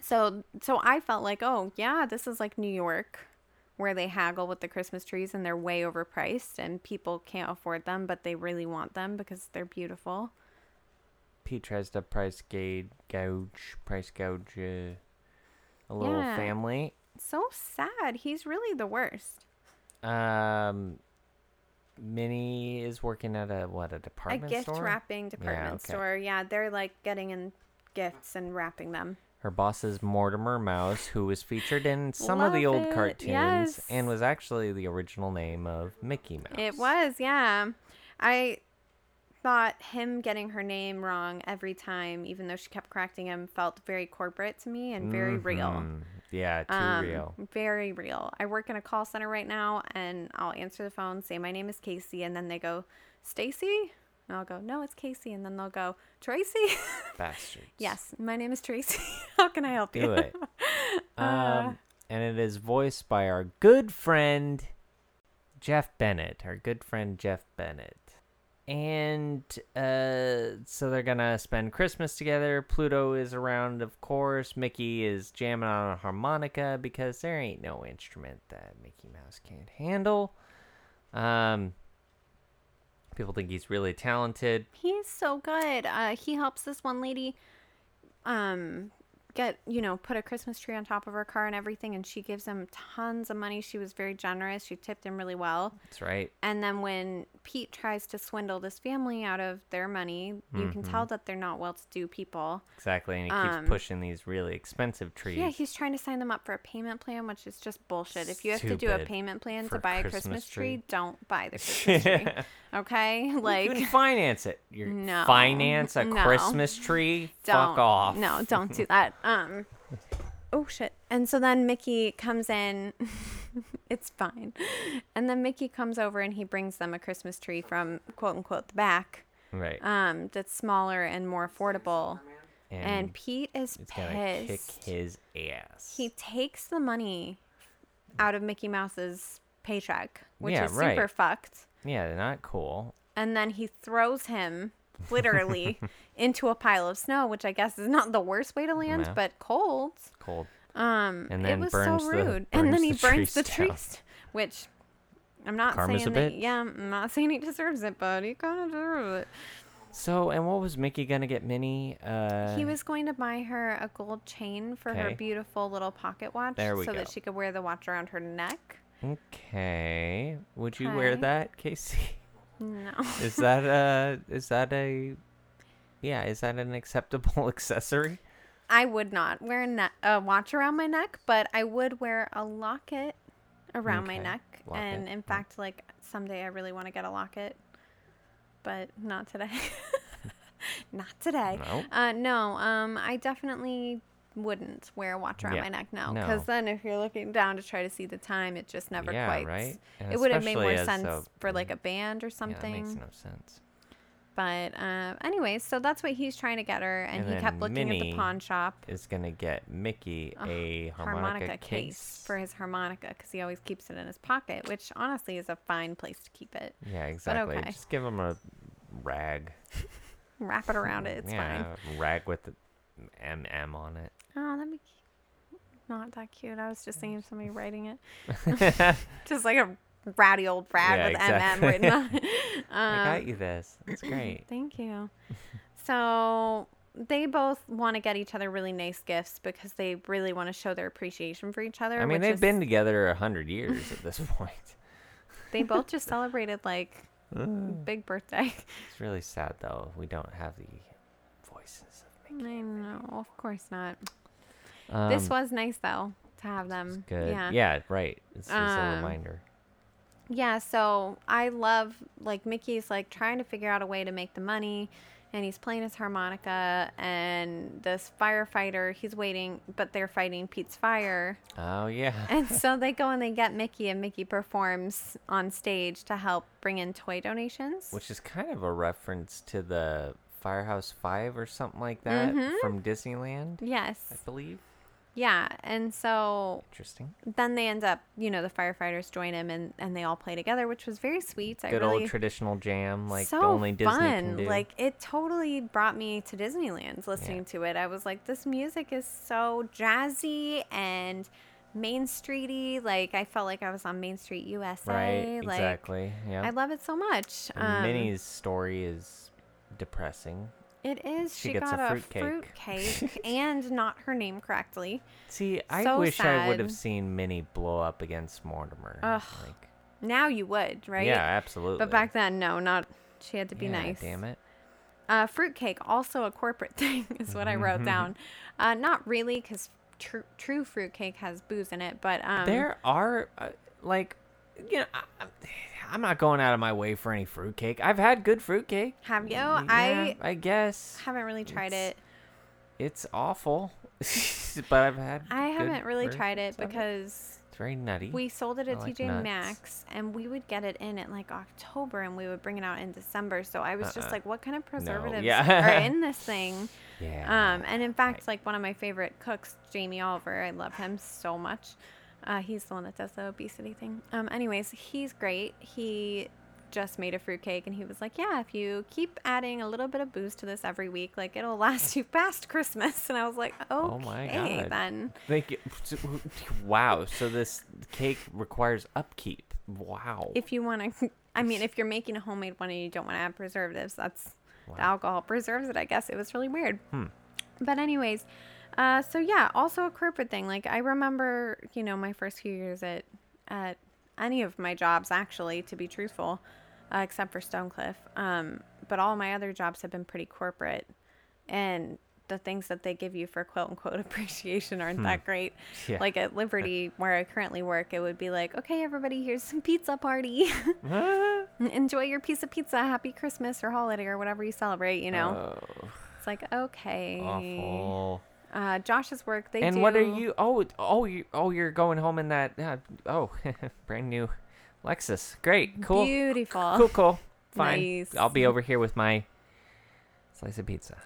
Speaker 2: so so I felt like, oh yeah, this is like New York, where they haggle with the Christmas trees and they're way overpriced and people can't afford them, but they really want them because they're beautiful.
Speaker 1: Pete tries to price gauge, gouge, price gouge uh, a little
Speaker 2: Yeah.
Speaker 1: family.
Speaker 2: So sad. He's really the worst.
Speaker 1: Um, Minnie is working at a what a department
Speaker 2: a gift
Speaker 1: store.
Speaker 2: wrapping department
Speaker 1: okay.
Speaker 2: store. Yeah, they're like getting in gifts and wrapping them.
Speaker 1: Her boss is Mortimer Mouse, who was featured in some of the
Speaker 2: Love
Speaker 1: old
Speaker 2: it,
Speaker 1: cartoons
Speaker 2: yes.
Speaker 1: and was actually the original name of Mickey Mouse.
Speaker 2: It was, yeah. I thought him getting her name wrong every time, even though she kept correcting him, felt very corporate to me and very real.
Speaker 1: Mhm. Yeah, too
Speaker 2: Um,
Speaker 1: real.
Speaker 2: Very real. I work in a call center right now, and I'll answer the phone, say my name is Casey, and then they go, Stacy, and I'll go, no, it's Casey, and then they'll go, Tracy.
Speaker 1: Bastards.
Speaker 2: yes, my name is Tracy. How can I help you?
Speaker 1: Do it.
Speaker 2: Uh,
Speaker 1: um, and it is voiced by our good friend Jeff Bennett. Our good friend Jeff Bennett. And uh, so they're gonna spend Christmas together. Pluto is around, of course. Mickey is jamming on a harmonica because there ain't no instrument that Mickey Mouse can't handle. Um, people think he's really talented.
Speaker 2: He's so good. Uh, he helps this one lady um, get, you know, put a Christmas tree on top of her car and everything. And she gives him tons of money. She was very generous. She tipped him really well.
Speaker 1: That's right.
Speaker 2: And then when Pete tries to swindle this family out of their money, you can
Speaker 1: Mm-hmm.
Speaker 2: tell that they're not well to do people.
Speaker 1: Exactly, and he keeps
Speaker 2: Um,
Speaker 1: pushing these really expensive trees.
Speaker 2: Yeah, he's trying to sign them up for a payment plan, which is just bullshit. If you have to do a
Speaker 1: Stupid
Speaker 2: payment plan
Speaker 1: for
Speaker 2: to buy a
Speaker 1: Christmas
Speaker 2: Christmas,
Speaker 1: tree.
Speaker 2: tree, don't buy the Christmas tree. Okay?
Speaker 1: You
Speaker 2: Like,
Speaker 1: can finance it. You
Speaker 2: No.
Speaker 1: finance a
Speaker 2: No.
Speaker 1: Christmas tree.
Speaker 2: don't
Speaker 1: Fuck off.
Speaker 2: No, don't do that. Um Oh shit. And so then Mickey comes in. it's fine. And then Mickey comes over and he brings them a Christmas tree from quote unquote the back.
Speaker 1: Right.
Speaker 2: Um that's smaller and more affordable.
Speaker 1: and,
Speaker 2: And Pete is
Speaker 1: it's gonna kick
Speaker 2: pissed.
Speaker 1: his ass.
Speaker 2: He takes the money out of Mickey Mouse's paycheck, which
Speaker 1: Yeah,
Speaker 2: is
Speaker 1: right.
Speaker 2: super fucked.
Speaker 1: yeah, not cool.
Speaker 2: and then he throws him literally into a pile of snow, which I guess is not the worst way to land,
Speaker 1: No.
Speaker 2: but cold.
Speaker 1: Cold.
Speaker 2: Um,
Speaker 1: And
Speaker 2: it
Speaker 1: then
Speaker 2: was
Speaker 1: burns
Speaker 2: so
Speaker 1: the-
Speaker 2: rude,
Speaker 1: burns
Speaker 2: and then
Speaker 1: the
Speaker 2: he
Speaker 1: trees
Speaker 2: burns the
Speaker 1: down.
Speaker 2: trees, which I'm not
Speaker 1: Karma's a
Speaker 2: saying that.
Speaker 1: bitch.
Speaker 2: Yeah, I'm not saying he deserves it, but he kind of deserves it.
Speaker 1: So, and what was Mickey gonna get Minnie? Uh,
Speaker 2: he was going to buy her a gold chain for her
Speaker 1: Okay.
Speaker 2: beautiful little pocket watch,
Speaker 1: There we
Speaker 2: so that
Speaker 1: go.
Speaker 2: she could wear the watch around her neck.
Speaker 1: okay. Uh, Would you wear
Speaker 2: Okay.
Speaker 1: that, Casey?
Speaker 2: No,
Speaker 1: Is that uh is that a yeah, is that an acceptable accessory?
Speaker 2: I would not wear a, ne- a watch around my neck, but I would wear a locket around my
Speaker 1: Okay.
Speaker 2: neck.
Speaker 1: Locket,
Speaker 2: And in
Speaker 1: yeah.
Speaker 2: fact, like someday I really want to get a locket, but not today. not today.
Speaker 1: No.
Speaker 2: Uh, no. Um, I definitely wouldn't wear a watch around
Speaker 1: Yeah.
Speaker 2: my neck now,
Speaker 1: No.
Speaker 2: because then if you're looking down to try to see the time, it just never
Speaker 1: yeah,
Speaker 2: quite.
Speaker 1: right. And
Speaker 2: It would have made
Speaker 1: especially
Speaker 2: more
Speaker 1: as
Speaker 2: sense
Speaker 1: a- mm,
Speaker 2: for like a band or
Speaker 1: Yeah, that
Speaker 2: something.
Speaker 1: makes no sense.
Speaker 2: But um, anyways, so that's what he's trying to get her, and,
Speaker 1: And
Speaker 2: he
Speaker 1: then
Speaker 2: kept looking at the
Speaker 1: Minnie
Speaker 2: pawn shop
Speaker 1: Is gonna get Mickey a harmonica, case.
Speaker 2: for his harmonica because he always keeps it in his pocket, which honestly is a fine place to keep it.
Speaker 1: yeah, exactly.
Speaker 2: okay.
Speaker 1: Just give him a rag.
Speaker 2: Wrap it around it; it's fine.
Speaker 1: Mm, yeah, rag with the MM on it.
Speaker 2: Oh, that'd be cu- not that cute. I was just thinking of somebody writing it. just like a ratty old rag
Speaker 1: Yeah,
Speaker 2: with
Speaker 1: exactly.
Speaker 2: MM written on it.
Speaker 1: I
Speaker 2: Um,
Speaker 1: got you this. It's great.
Speaker 2: Thank you. so they both want to get each other really nice gifts because they really want to show their appreciation for each other.
Speaker 1: I
Speaker 2: which
Speaker 1: mean, they've
Speaker 2: is-
Speaker 1: been together a hundred years at this point.
Speaker 2: They both just celebrated like
Speaker 1: Uh,
Speaker 2: big birthday.
Speaker 1: it's really sad though. We don't have the voices of
Speaker 2: I
Speaker 1: Mickey.
Speaker 2: know, of course not.
Speaker 1: Um,
Speaker 2: this was nice though to have
Speaker 1: it's
Speaker 2: them.
Speaker 1: good.
Speaker 2: Yeah.
Speaker 1: right. It's just a
Speaker 2: Um,
Speaker 1: reminder.
Speaker 2: Yeah, so I love like Mickey's like trying to figure out a way to make the money and he's playing his harmonica and this firefighter he's waiting but they're fighting Pete's fire.
Speaker 1: Oh yeah.
Speaker 2: And so they go and they get Mickey and Mickey performs on stage to help bring in toy donations.
Speaker 1: Which is kind of a reference to the Firehouse Five or something like that
Speaker 2: Mm-hmm.
Speaker 1: from Disneyland, I
Speaker 2: yes.
Speaker 1: believe.
Speaker 2: Yeah. And so
Speaker 1: Interesting.
Speaker 2: then they end up, you know, the firefighters join him and, and they all play together, which was very sweet. I
Speaker 1: Good
Speaker 2: really
Speaker 1: old traditional jam, like
Speaker 2: so
Speaker 1: only Disney
Speaker 2: fun.
Speaker 1: can do.
Speaker 2: Like it totally brought me to Disneyland listening
Speaker 1: Yeah.
Speaker 2: to it. I was like, this music is so jazzy and Main Streety. Like I felt like I was on Main Street USA.
Speaker 1: right?
Speaker 2: like um,
Speaker 1: exactly. Yeah.
Speaker 2: I love it so much.
Speaker 1: And Minnie's story is depressing.
Speaker 2: Um, It is.
Speaker 1: She
Speaker 2: She,
Speaker 1: gets a
Speaker 2: got a fruit
Speaker 1: fruitcake.
Speaker 2: cake, and not her name correctly.
Speaker 1: See, I
Speaker 2: so
Speaker 1: wish I would have
Speaker 2: sad.
Speaker 1: seen Minnie blow up against Mortimer.
Speaker 2: Ugh,
Speaker 1: like,
Speaker 2: Now you would, right?
Speaker 1: Yeah, absolutely.
Speaker 2: But back then, no, not. She had to be
Speaker 1: Yeah,
Speaker 2: nice.
Speaker 1: Damn it.
Speaker 2: Uh, fruitcake, also a corporate thing, is what I
Speaker 1: Mm-hmm.
Speaker 2: wrote down. Uh, not really, because tr- true fruitcake has booze in it, but um,
Speaker 1: there are uh, like, you know, I, I'm- I'm not going out of my way for any fruitcake. I've had good fruitcake.
Speaker 2: have you?
Speaker 1: Yeah,
Speaker 2: I
Speaker 1: I guess
Speaker 2: haven't really tried
Speaker 1: It's-
Speaker 2: it.
Speaker 1: it's awful, but I've had.
Speaker 2: I
Speaker 1: good
Speaker 2: haven't really
Speaker 1: versions
Speaker 2: tried it
Speaker 1: of
Speaker 2: because
Speaker 1: it's very nutty.
Speaker 2: we sold it
Speaker 1: I
Speaker 2: at
Speaker 1: like
Speaker 2: TJ
Speaker 1: nuts.
Speaker 2: Maxx, and we would get it in at like October, and we would bring it out in December. So I was
Speaker 1: Uh-uh.
Speaker 2: just like, what kind of preservatives
Speaker 1: Yeah.
Speaker 2: are in this thing?
Speaker 1: yeah.
Speaker 2: Um, and in fact, like one of my favorite cooks, Jamie Oliver, I love him so much. Uh, he's the one that does the obesity thing. Um, anyways, he's great. He just made a fruitcake and he was like, Yeah, if you keep adding a little bit of booze to this every week, like it'll last you past Christmas. And I was like, Okay,
Speaker 1: Oh my God.
Speaker 2: then.
Speaker 1: Thank you. Wow. So this cake requires upkeep. Wow.
Speaker 2: If you want to, I mean, if you're making a homemade one and you don't want to add preservatives, that's
Speaker 1: Wow.
Speaker 2: the alcohol preserves it, I guess. It was really weird. But, anyways, uh, so yeah, also a corporate thing. Like, I remember, you know, my first few years at, at any of my jobs, actually, to be truthful, uh, except for Stonecliff. Um, but all my other jobs have been pretty corporate. And the things that they give you for quote unquote appreciation aren't that great.
Speaker 1: Hmm. Yeah.
Speaker 2: Like at Liberty, where I currently work, it would be like, okay, everybody, here's some pizza party.
Speaker 1: Ah.
Speaker 2: enjoy your piece of pizza happy christmas or holiday or whatever you celebrate you know
Speaker 1: Oh,
Speaker 2: it's like okay
Speaker 1: awful.
Speaker 2: uh josh's work they
Speaker 1: and
Speaker 2: do
Speaker 1: what are you? Oh, oh, you, oh, you're going home in that. Uh, oh, brand new Lexus. Great, cool,
Speaker 2: beautiful
Speaker 1: cool, cool. Fine.
Speaker 2: Nice.
Speaker 1: I'll be over here with my slice of pizza.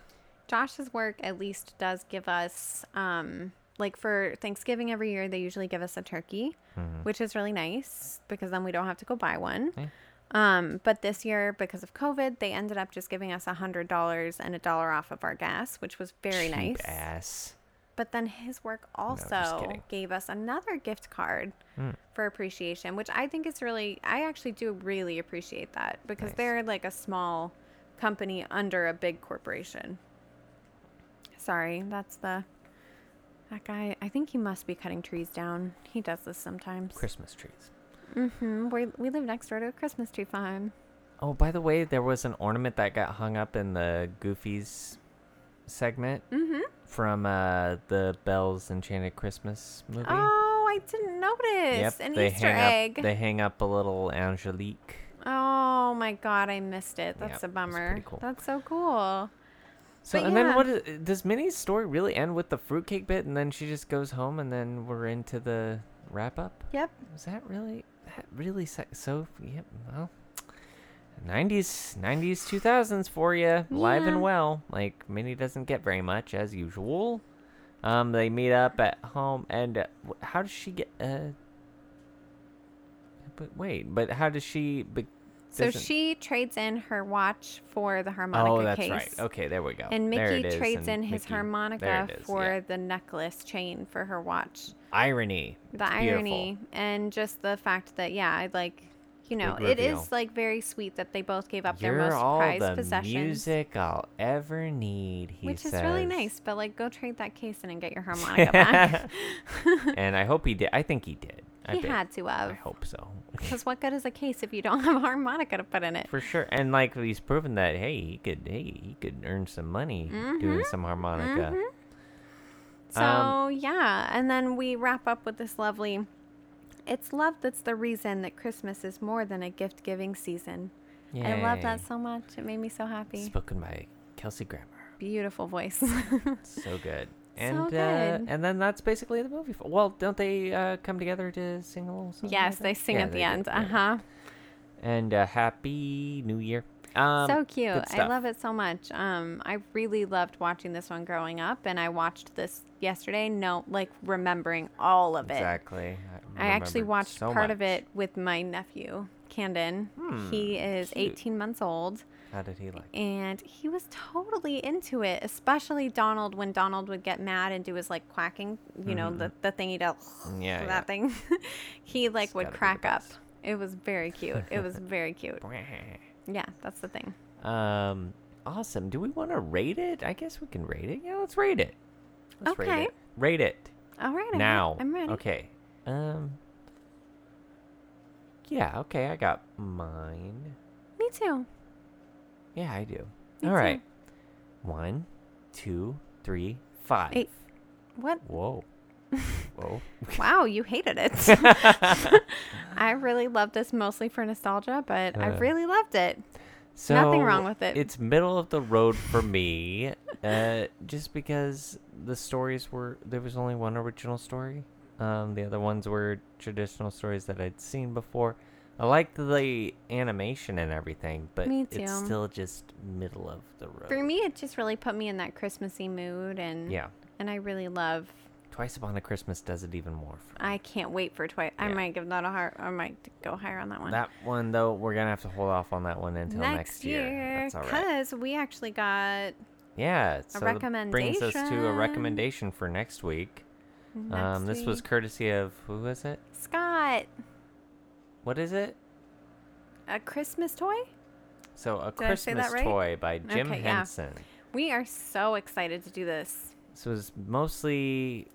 Speaker 2: josh's work at least does give us um like for thanksgiving every year they usually give us a turkey which is really nice because then we don't have to go buy one
Speaker 1: Mm-hmm. Yeah.
Speaker 2: um but this year because of covid they ended up just giving us a hundred dollars and a dollar off of our gas which was very
Speaker 1: Cheap
Speaker 2: nice
Speaker 1: Ass.
Speaker 2: But then his work
Speaker 1: just
Speaker 2: also
Speaker 1: kidding. Mm.
Speaker 2: gave us another gift card for appreciation, which I think is really, I actually do really appreciate that because
Speaker 1: Nice.
Speaker 2: they're like a small company under a big corporation. Sorry, that's the, that guy, I think he must be cutting trees down. He does this sometimes.
Speaker 1: Christmas trees.
Speaker 2: hmm we we live next door to a Christmas tree farm.
Speaker 1: Oh, by the way, there was an ornament that got hung up in the Goofy's segment
Speaker 2: Mm-hmm.
Speaker 1: from uh, the Belle's Enchanted Christmas movie.
Speaker 2: Oh, I didn't notice. An Easter
Speaker 1: hang
Speaker 2: egg.
Speaker 1: Up, they hang up a little Angelique.
Speaker 2: Oh my god, I missed it.
Speaker 1: Yeah,
Speaker 2: That's a
Speaker 1: it's
Speaker 2: bummer.
Speaker 1: pretty cool.
Speaker 2: That's so cool.
Speaker 1: So
Speaker 2: But
Speaker 1: and then
Speaker 2: yeah.
Speaker 1: what is, does Minnie's story really end with the fruitcake bit, and then she just goes home, and then we're into the wrap up.
Speaker 2: Yep.
Speaker 1: Was that really that really se- so? Yep. Well, 90s, 90s, 2000s for you, live
Speaker 2: Yeah.
Speaker 1: and well. Like Minnie doesn't get very much as usual. Um, they meet up at home, and uh, wh- how does she get? Uh, but wait, but how does she? Be-
Speaker 2: So
Speaker 1: doesn't-
Speaker 2: she trades in her watch for the harmonica
Speaker 1: Oh, that's
Speaker 2: case.
Speaker 1: right. Okay, there we go.
Speaker 2: And
Speaker 1: There it
Speaker 2: Mickey
Speaker 1: is,
Speaker 2: trades in
Speaker 1: and
Speaker 2: his
Speaker 1: Mickey- there
Speaker 2: harmonica
Speaker 1: it is,
Speaker 2: for
Speaker 1: yeah.
Speaker 2: the necklace chain for her watch.
Speaker 1: irony.
Speaker 2: The
Speaker 1: It's beautiful.
Speaker 2: irony and just the fact that yeah, I like you know,
Speaker 1: Big
Speaker 2: it is
Speaker 1: reveal.
Speaker 2: like very sweet that they both gave up
Speaker 1: You're
Speaker 2: their most
Speaker 1: all
Speaker 2: prized
Speaker 1: the
Speaker 2: possessions.
Speaker 1: music I'll ever need. He
Speaker 2: which
Speaker 1: says.
Speaker 2: is really nice, but like go trade that case in and get your harmonica back.
Speaker 1: and I hope he did. I think he did. I
Speaker 2: he
Speaker 1: did.
Speaker 2: had to
Speaker 1: I
Speaker 2: have.
Speaker 1: hope so.
Speaker 2: Because what good is a case if you don't have a harmonica to put in it?
Speaker 1: For sure. And like he's proven that hey, he could hey, he could earn some money
Speaker 2: Mm-hmm.
Speaker 1: doing some harmonica.
Speaker 2: So
Speaker 1: Um,
Speaker 2: yeah, and then we wrap up with this lovely. It's love that's the reason that Christmas is more than a gift giving season. Mm-hmm. I love that
Speaker 1: Yay.
Speaker 2: so much. It made me so happy.
Speaker 1: Spoken by Kelsey Grammer.
Speaker 2: Beautiful voice.
Speaker 1: So good.
Speaker 2: So
Speaker 1: And
Speaker 2: good.
Speaker 1: Uh, and then that's basically the movie. For, well, don't they uh, come together to sing a little song?
Speaker 2: yes,
Speaker 1: together?
Speaker 2: they sing
Speaker 1: Yeah,
Speaker 2: at the
Speaker 1: they do,
Speaker 2: end.
Speaker 1: yeah.
Speaker 2: Uh huh.
Speaker 1: And uh, happy New Year. Um,
Speaker 2: so cute.
Speaker 1: good
Speaker 2: I
Speaker 1: stuff.
Speaker 2: love it so much. Um, I really loved watching this one growing up, and I watched this yesterday. No, like remembering all of it.
Speaker 1: Exactly.
Speaker 2: I actually
Speaker 1: remembered
Speaker 2: watched
Speaker 1: so
Speaker 2: part of
Speaker 1: much. Hmm,
Speaker 2: it with my nephew, Candon. he is
Speaker 1: cute.
Speaker 2: 18 months old.
Speaker 1: How did he like?
Speaker 2: and he was totally into it especially donald when donald would get mad and do his like quacking you know the, the thing he does
Speaker 1: Mm-hmm. Yeah,
Speaker 2: that
Speaker 1: yeah.
Speaker 2: thing he like
Speaker 1: It's
Speaker 2: would
Speaker 1: gotta be the
Speaker 2: crack up
Speaker 1: best.
Speaker 2: it was very cute it was very cute
Speaker 1: it?
Speaker 2: yeah that's the thing
Speaker 1: Um, awesome. Do we want to rate it? I guess we can rate it. Yeah, let's rate it. Let's
Speaker 2: Okay.
Speaker 1: rate it. Rate it
Speaker 2: all right I'm
Speaker 1: now.
Speaker 2: re- i'm ready
Speaker 1: Okay. Um. Yeah. Okay. I got mine.
Speaker 2: me too
Speaker 1: Yeah, I do.
Speaker 2: Me
Speaker 1: All
Speaker 2: too.
Speaker 1: right. One, two, three, five.
Speaker 2: Eight. what
Speaker 1: Whoa. Whoa.
Speaker 2: wow you hated it i really loved this mostly for nostalgia but i
Speaker 1: Uh.
Speaker 2: really loved it
Speaker 1: So
Speaker 2: Nothing wrong with it.
Speaker 1: It's middle of the road for me, uh, just because the stories were there was only one original story. Um, the other ones were traditional stories that I'd seen before. I liked the animation and everything, but
Speaker 2: Me
Speaker 1: it's
Speaker 2: too.
Speaker 1: still just middle of the road.
Speaker 2: for me it just really put me in that christmassy mood and
Speaker 1: yeah.
Speaker 2: and i really love
Speaker 1: Twice Upon a Christmas does it even more. For me.
Speaker 2: I can't wait for twice. I
Speaker 1: Yeah.
Speaker 2: might give that a heart. I might go higher on that one.
Speaker 1: That one though, we're gonna have to hold off on that one until next, That's all
Speaker 2: because
Speaker 1: right.
Speaker 2: we actually got
Speaker 1: Yeah, so that brings us to a
Speaker 2: recommendation.
Speaker 1: recommendation for next week.
Speaker 2: next
Speaker 1: Um, this was
Speaker 2: week.
Speaker 1: courtesy of who was it?
Speaker 2: Scott
Speaker 1: What is it?
Speaker 2: a Christmas toy.
Speaker 1: So a
Speaker 2: I say
Speaker 1: Christmas
Speaker 2: that right?
Speaker 1: toy by Jim
Speaker 2: Okay, yeah.
Speaker 1: Henson.
Speaker 2: We are so excited to do this.
Speaker 1: This was mostly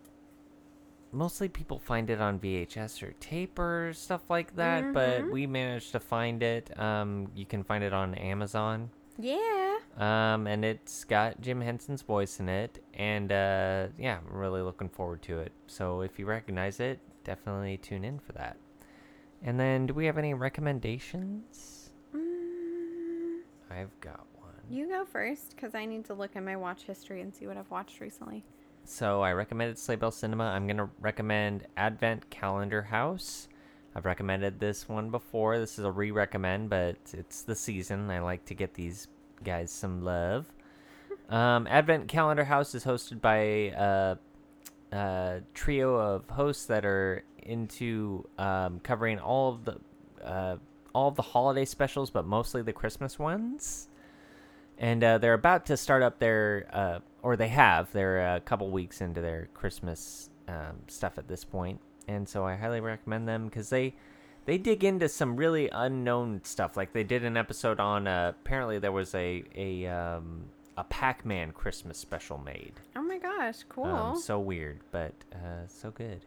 Speaker 1: mostly people find it on VHS or tape or stuff like that,
Speaker 2: Mm-hmm,
Speaker 1: but we managed to find it. Um, you can find it on Amazon.
Speaker 2: Yeah,
Speaker 1: Um, and it's got Jim Henson's voice in it, and uh, yeah, I'm really looking forward to it. So if you recognize it, definitely tune in for that. And then, do we have any recommendations?
Speaker 2: mm,
Speaker 1: I've got one.
Speaker 2: you go first because I need to look at my watch history and see what I've watched recently.
Speaker 1: So I recommended Sleigh Bell Cinema. I'm gonna recommend Advent Calendar House. I've recommended this one before. This is a re-recommend, but it's the season. I like to get these guys some love. Um, Advent Calendar House is hosted by a, uh, a trio of hosts that are into um, covering all of the uh, all of the holiday specials, but mostly the Christmas ones and uh, they're about to start up their uh, or they have they're a couple weeks into their christmas um, stuff at this point and so i highly recommend them because they they dig into some really unknown stuff like they did an episode on uh, apparently there was a a um, a pac-man christmas special made
Speaker 2: Oh my gosh, cool.
Speaker 1: um, so weird but uh, so good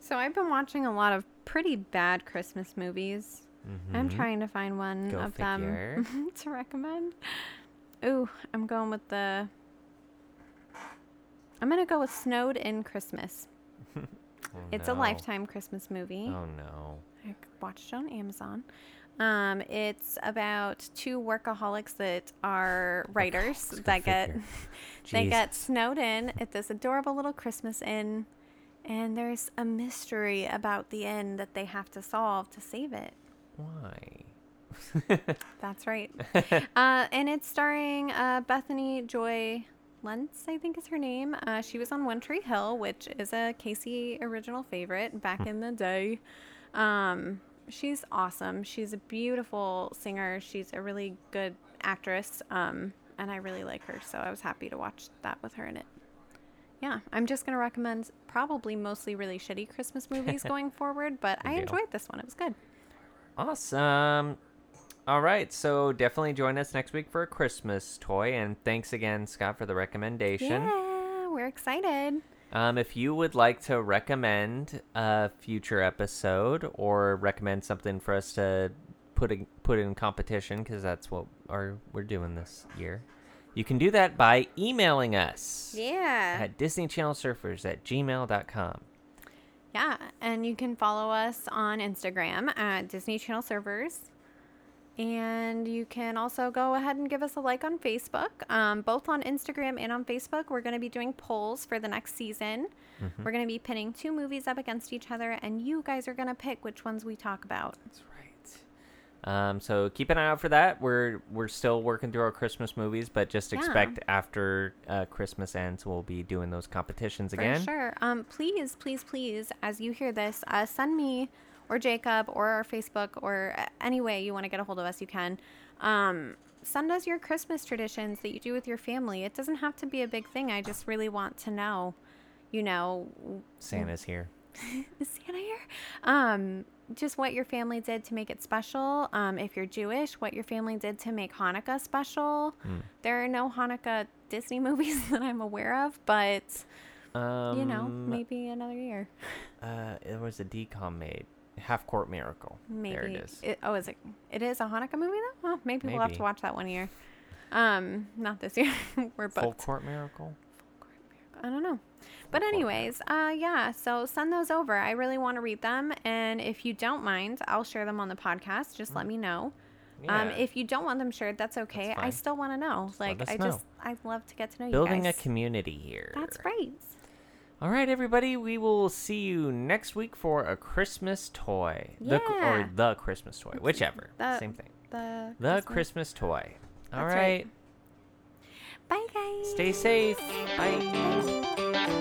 Speaker 2: so I've been watching a lot of pretty bad Christmas movies. I'm
Speaker 1: Mhm.
Speaker 2: trying to find one
Speaker 1: Go
Speaker 2: of
Speaker 1: figure.
Speaker 2: them to recommend. Ooh, I'm going with the. I'm gonna go with Snowed in Christmas.
Speaker 1: Oh,
Speaker 2: It's a
Speaker 1: no.
Speaker 2: lifetime Christmas movie.
Speaker 1: oh no
Speaker 2: I watched it on Amazon. Um, it's about two workaholics that are writers
Speaker 1: go
Speaker 2: that get
Speaker 1: figure.
Speaker 2: they
Speaker 1: Jeez.
Speaker 2: get snowed in at this adorable little Christmas inn, and there's a mystery about the inn that they have to solve to save it.
Speaker 1: why
Speaker 2: That's right. uh, and it's starring uh, Bethany Joy Lentz, I think is her name. Uh, she was on One Tree Hill, which is a Casey original favorite back in the day. Um, she's awesome. She's a beautiful singer. She's a really good actress. Um, and I really like her, so I was happy to watch that with her in it. Yeah, I'm just going to recommend probably mostly really shitty Christmas movies going forward, but I
Speaker 1: deal.
Speaker 2: enjoyed this one. It was good.
Speaker 1: Awesome. All right, so definitely join us next week for a Christmas toy. And thanks again, Scott, for the recommendation.
Speaker 2: Yeah, we're excited.
Speaker 1: Um, if you would like to recommend a future episode or recommend something for us to put in, put in competition, because that's what our, we're doing this year, you can do that by emailing us
Speaker 2: Yeah.
Speaker 1: at DisneyChannelSurfers at gmail.com.
Speaker 2: Yeah, and you can follow us on Instagram at Disney Channel Servers. And you can also go ahead and give us a like on Facebook. Um, both on Instagram and on Facebook, we're going to be doing polls for the next season. We're going to be pinning two movies up against each other, and you guys are going to pick which ones we talk about.
Speaker 1: That's right. Um, so keep an eye out for that. We're we're still working through our Christmas movies, but just
Speaker 2: Yeah.
Speaker 1: expect after uh, Christmas ends, we'll be doing those competitions again.
Speaker 2: For sure. Um, please, please, please, as you hear this, uh, send me or Jacob or our Facebook or uh, any way you want to get a hold of us, you can. Um, send us your Christmas traditions that you do with your family. It doesn't have to be a big thing. I just really want to know, you know, w-
Speaker 1: Santa's here.
Speaker 2: is Santa here? Um, just what your family did to make it special. Um, if you're Jewish, what your family did to make Hanukkah special. There are no Hanukkah Disney movies that I'm aware of, but
Speaker 1: Um,
Speaker 2: you know, maybe another year.
Speaker 1: Uh, there was a decom made. Half Court Miracle.
Speaker 2: Maybe.
Speaker 1: There it is.
Speaker 2: oh, is it? It is a Hanukkah movie though. Oh, maybe, we'll have to
Speaker 1: Maybe.
Speaker 2: watch that one year. Um, not this year. We're
Speaker 1: Full
Speaker 2: booked.
Speaker 1: Court Miracle.
Speaker 2: I don't know. But anyways, uh, yeah. So send those over. I really want to read them, and if you don't mind, I'll share them on the podcast. Just let me know. Um,
Speaker 1: Mm. Yeah.
Speaker 2: if you don't want them shared, that's okay. I
Speaker 1: fine.
Speaker 2: still want to know. Like,
Speaker 1: let us
Speaker 2: I just, I'd love to get to know
Speaker 1: Building
Speaker 2: you
Speaker 1: a
Speaker 2: guys.
Speaker 1: community here.
Speaker 2: That's right.
Speaker 1: All right, everybody. We will see you next week for a Christmas toy. The,
Speaker 2: Yeah.
Speaker 1: or the Christmas toy, whichever.
Speaker 2: The-
Speaker 1: Same thing.
Speaker 2: The
Speaker 1: The Christmas toy. All
Speaker 2: That's
Speaker 1: right.
Speaker 2: right. Bye, guys.
Speaker 1: Stay safe. Bye.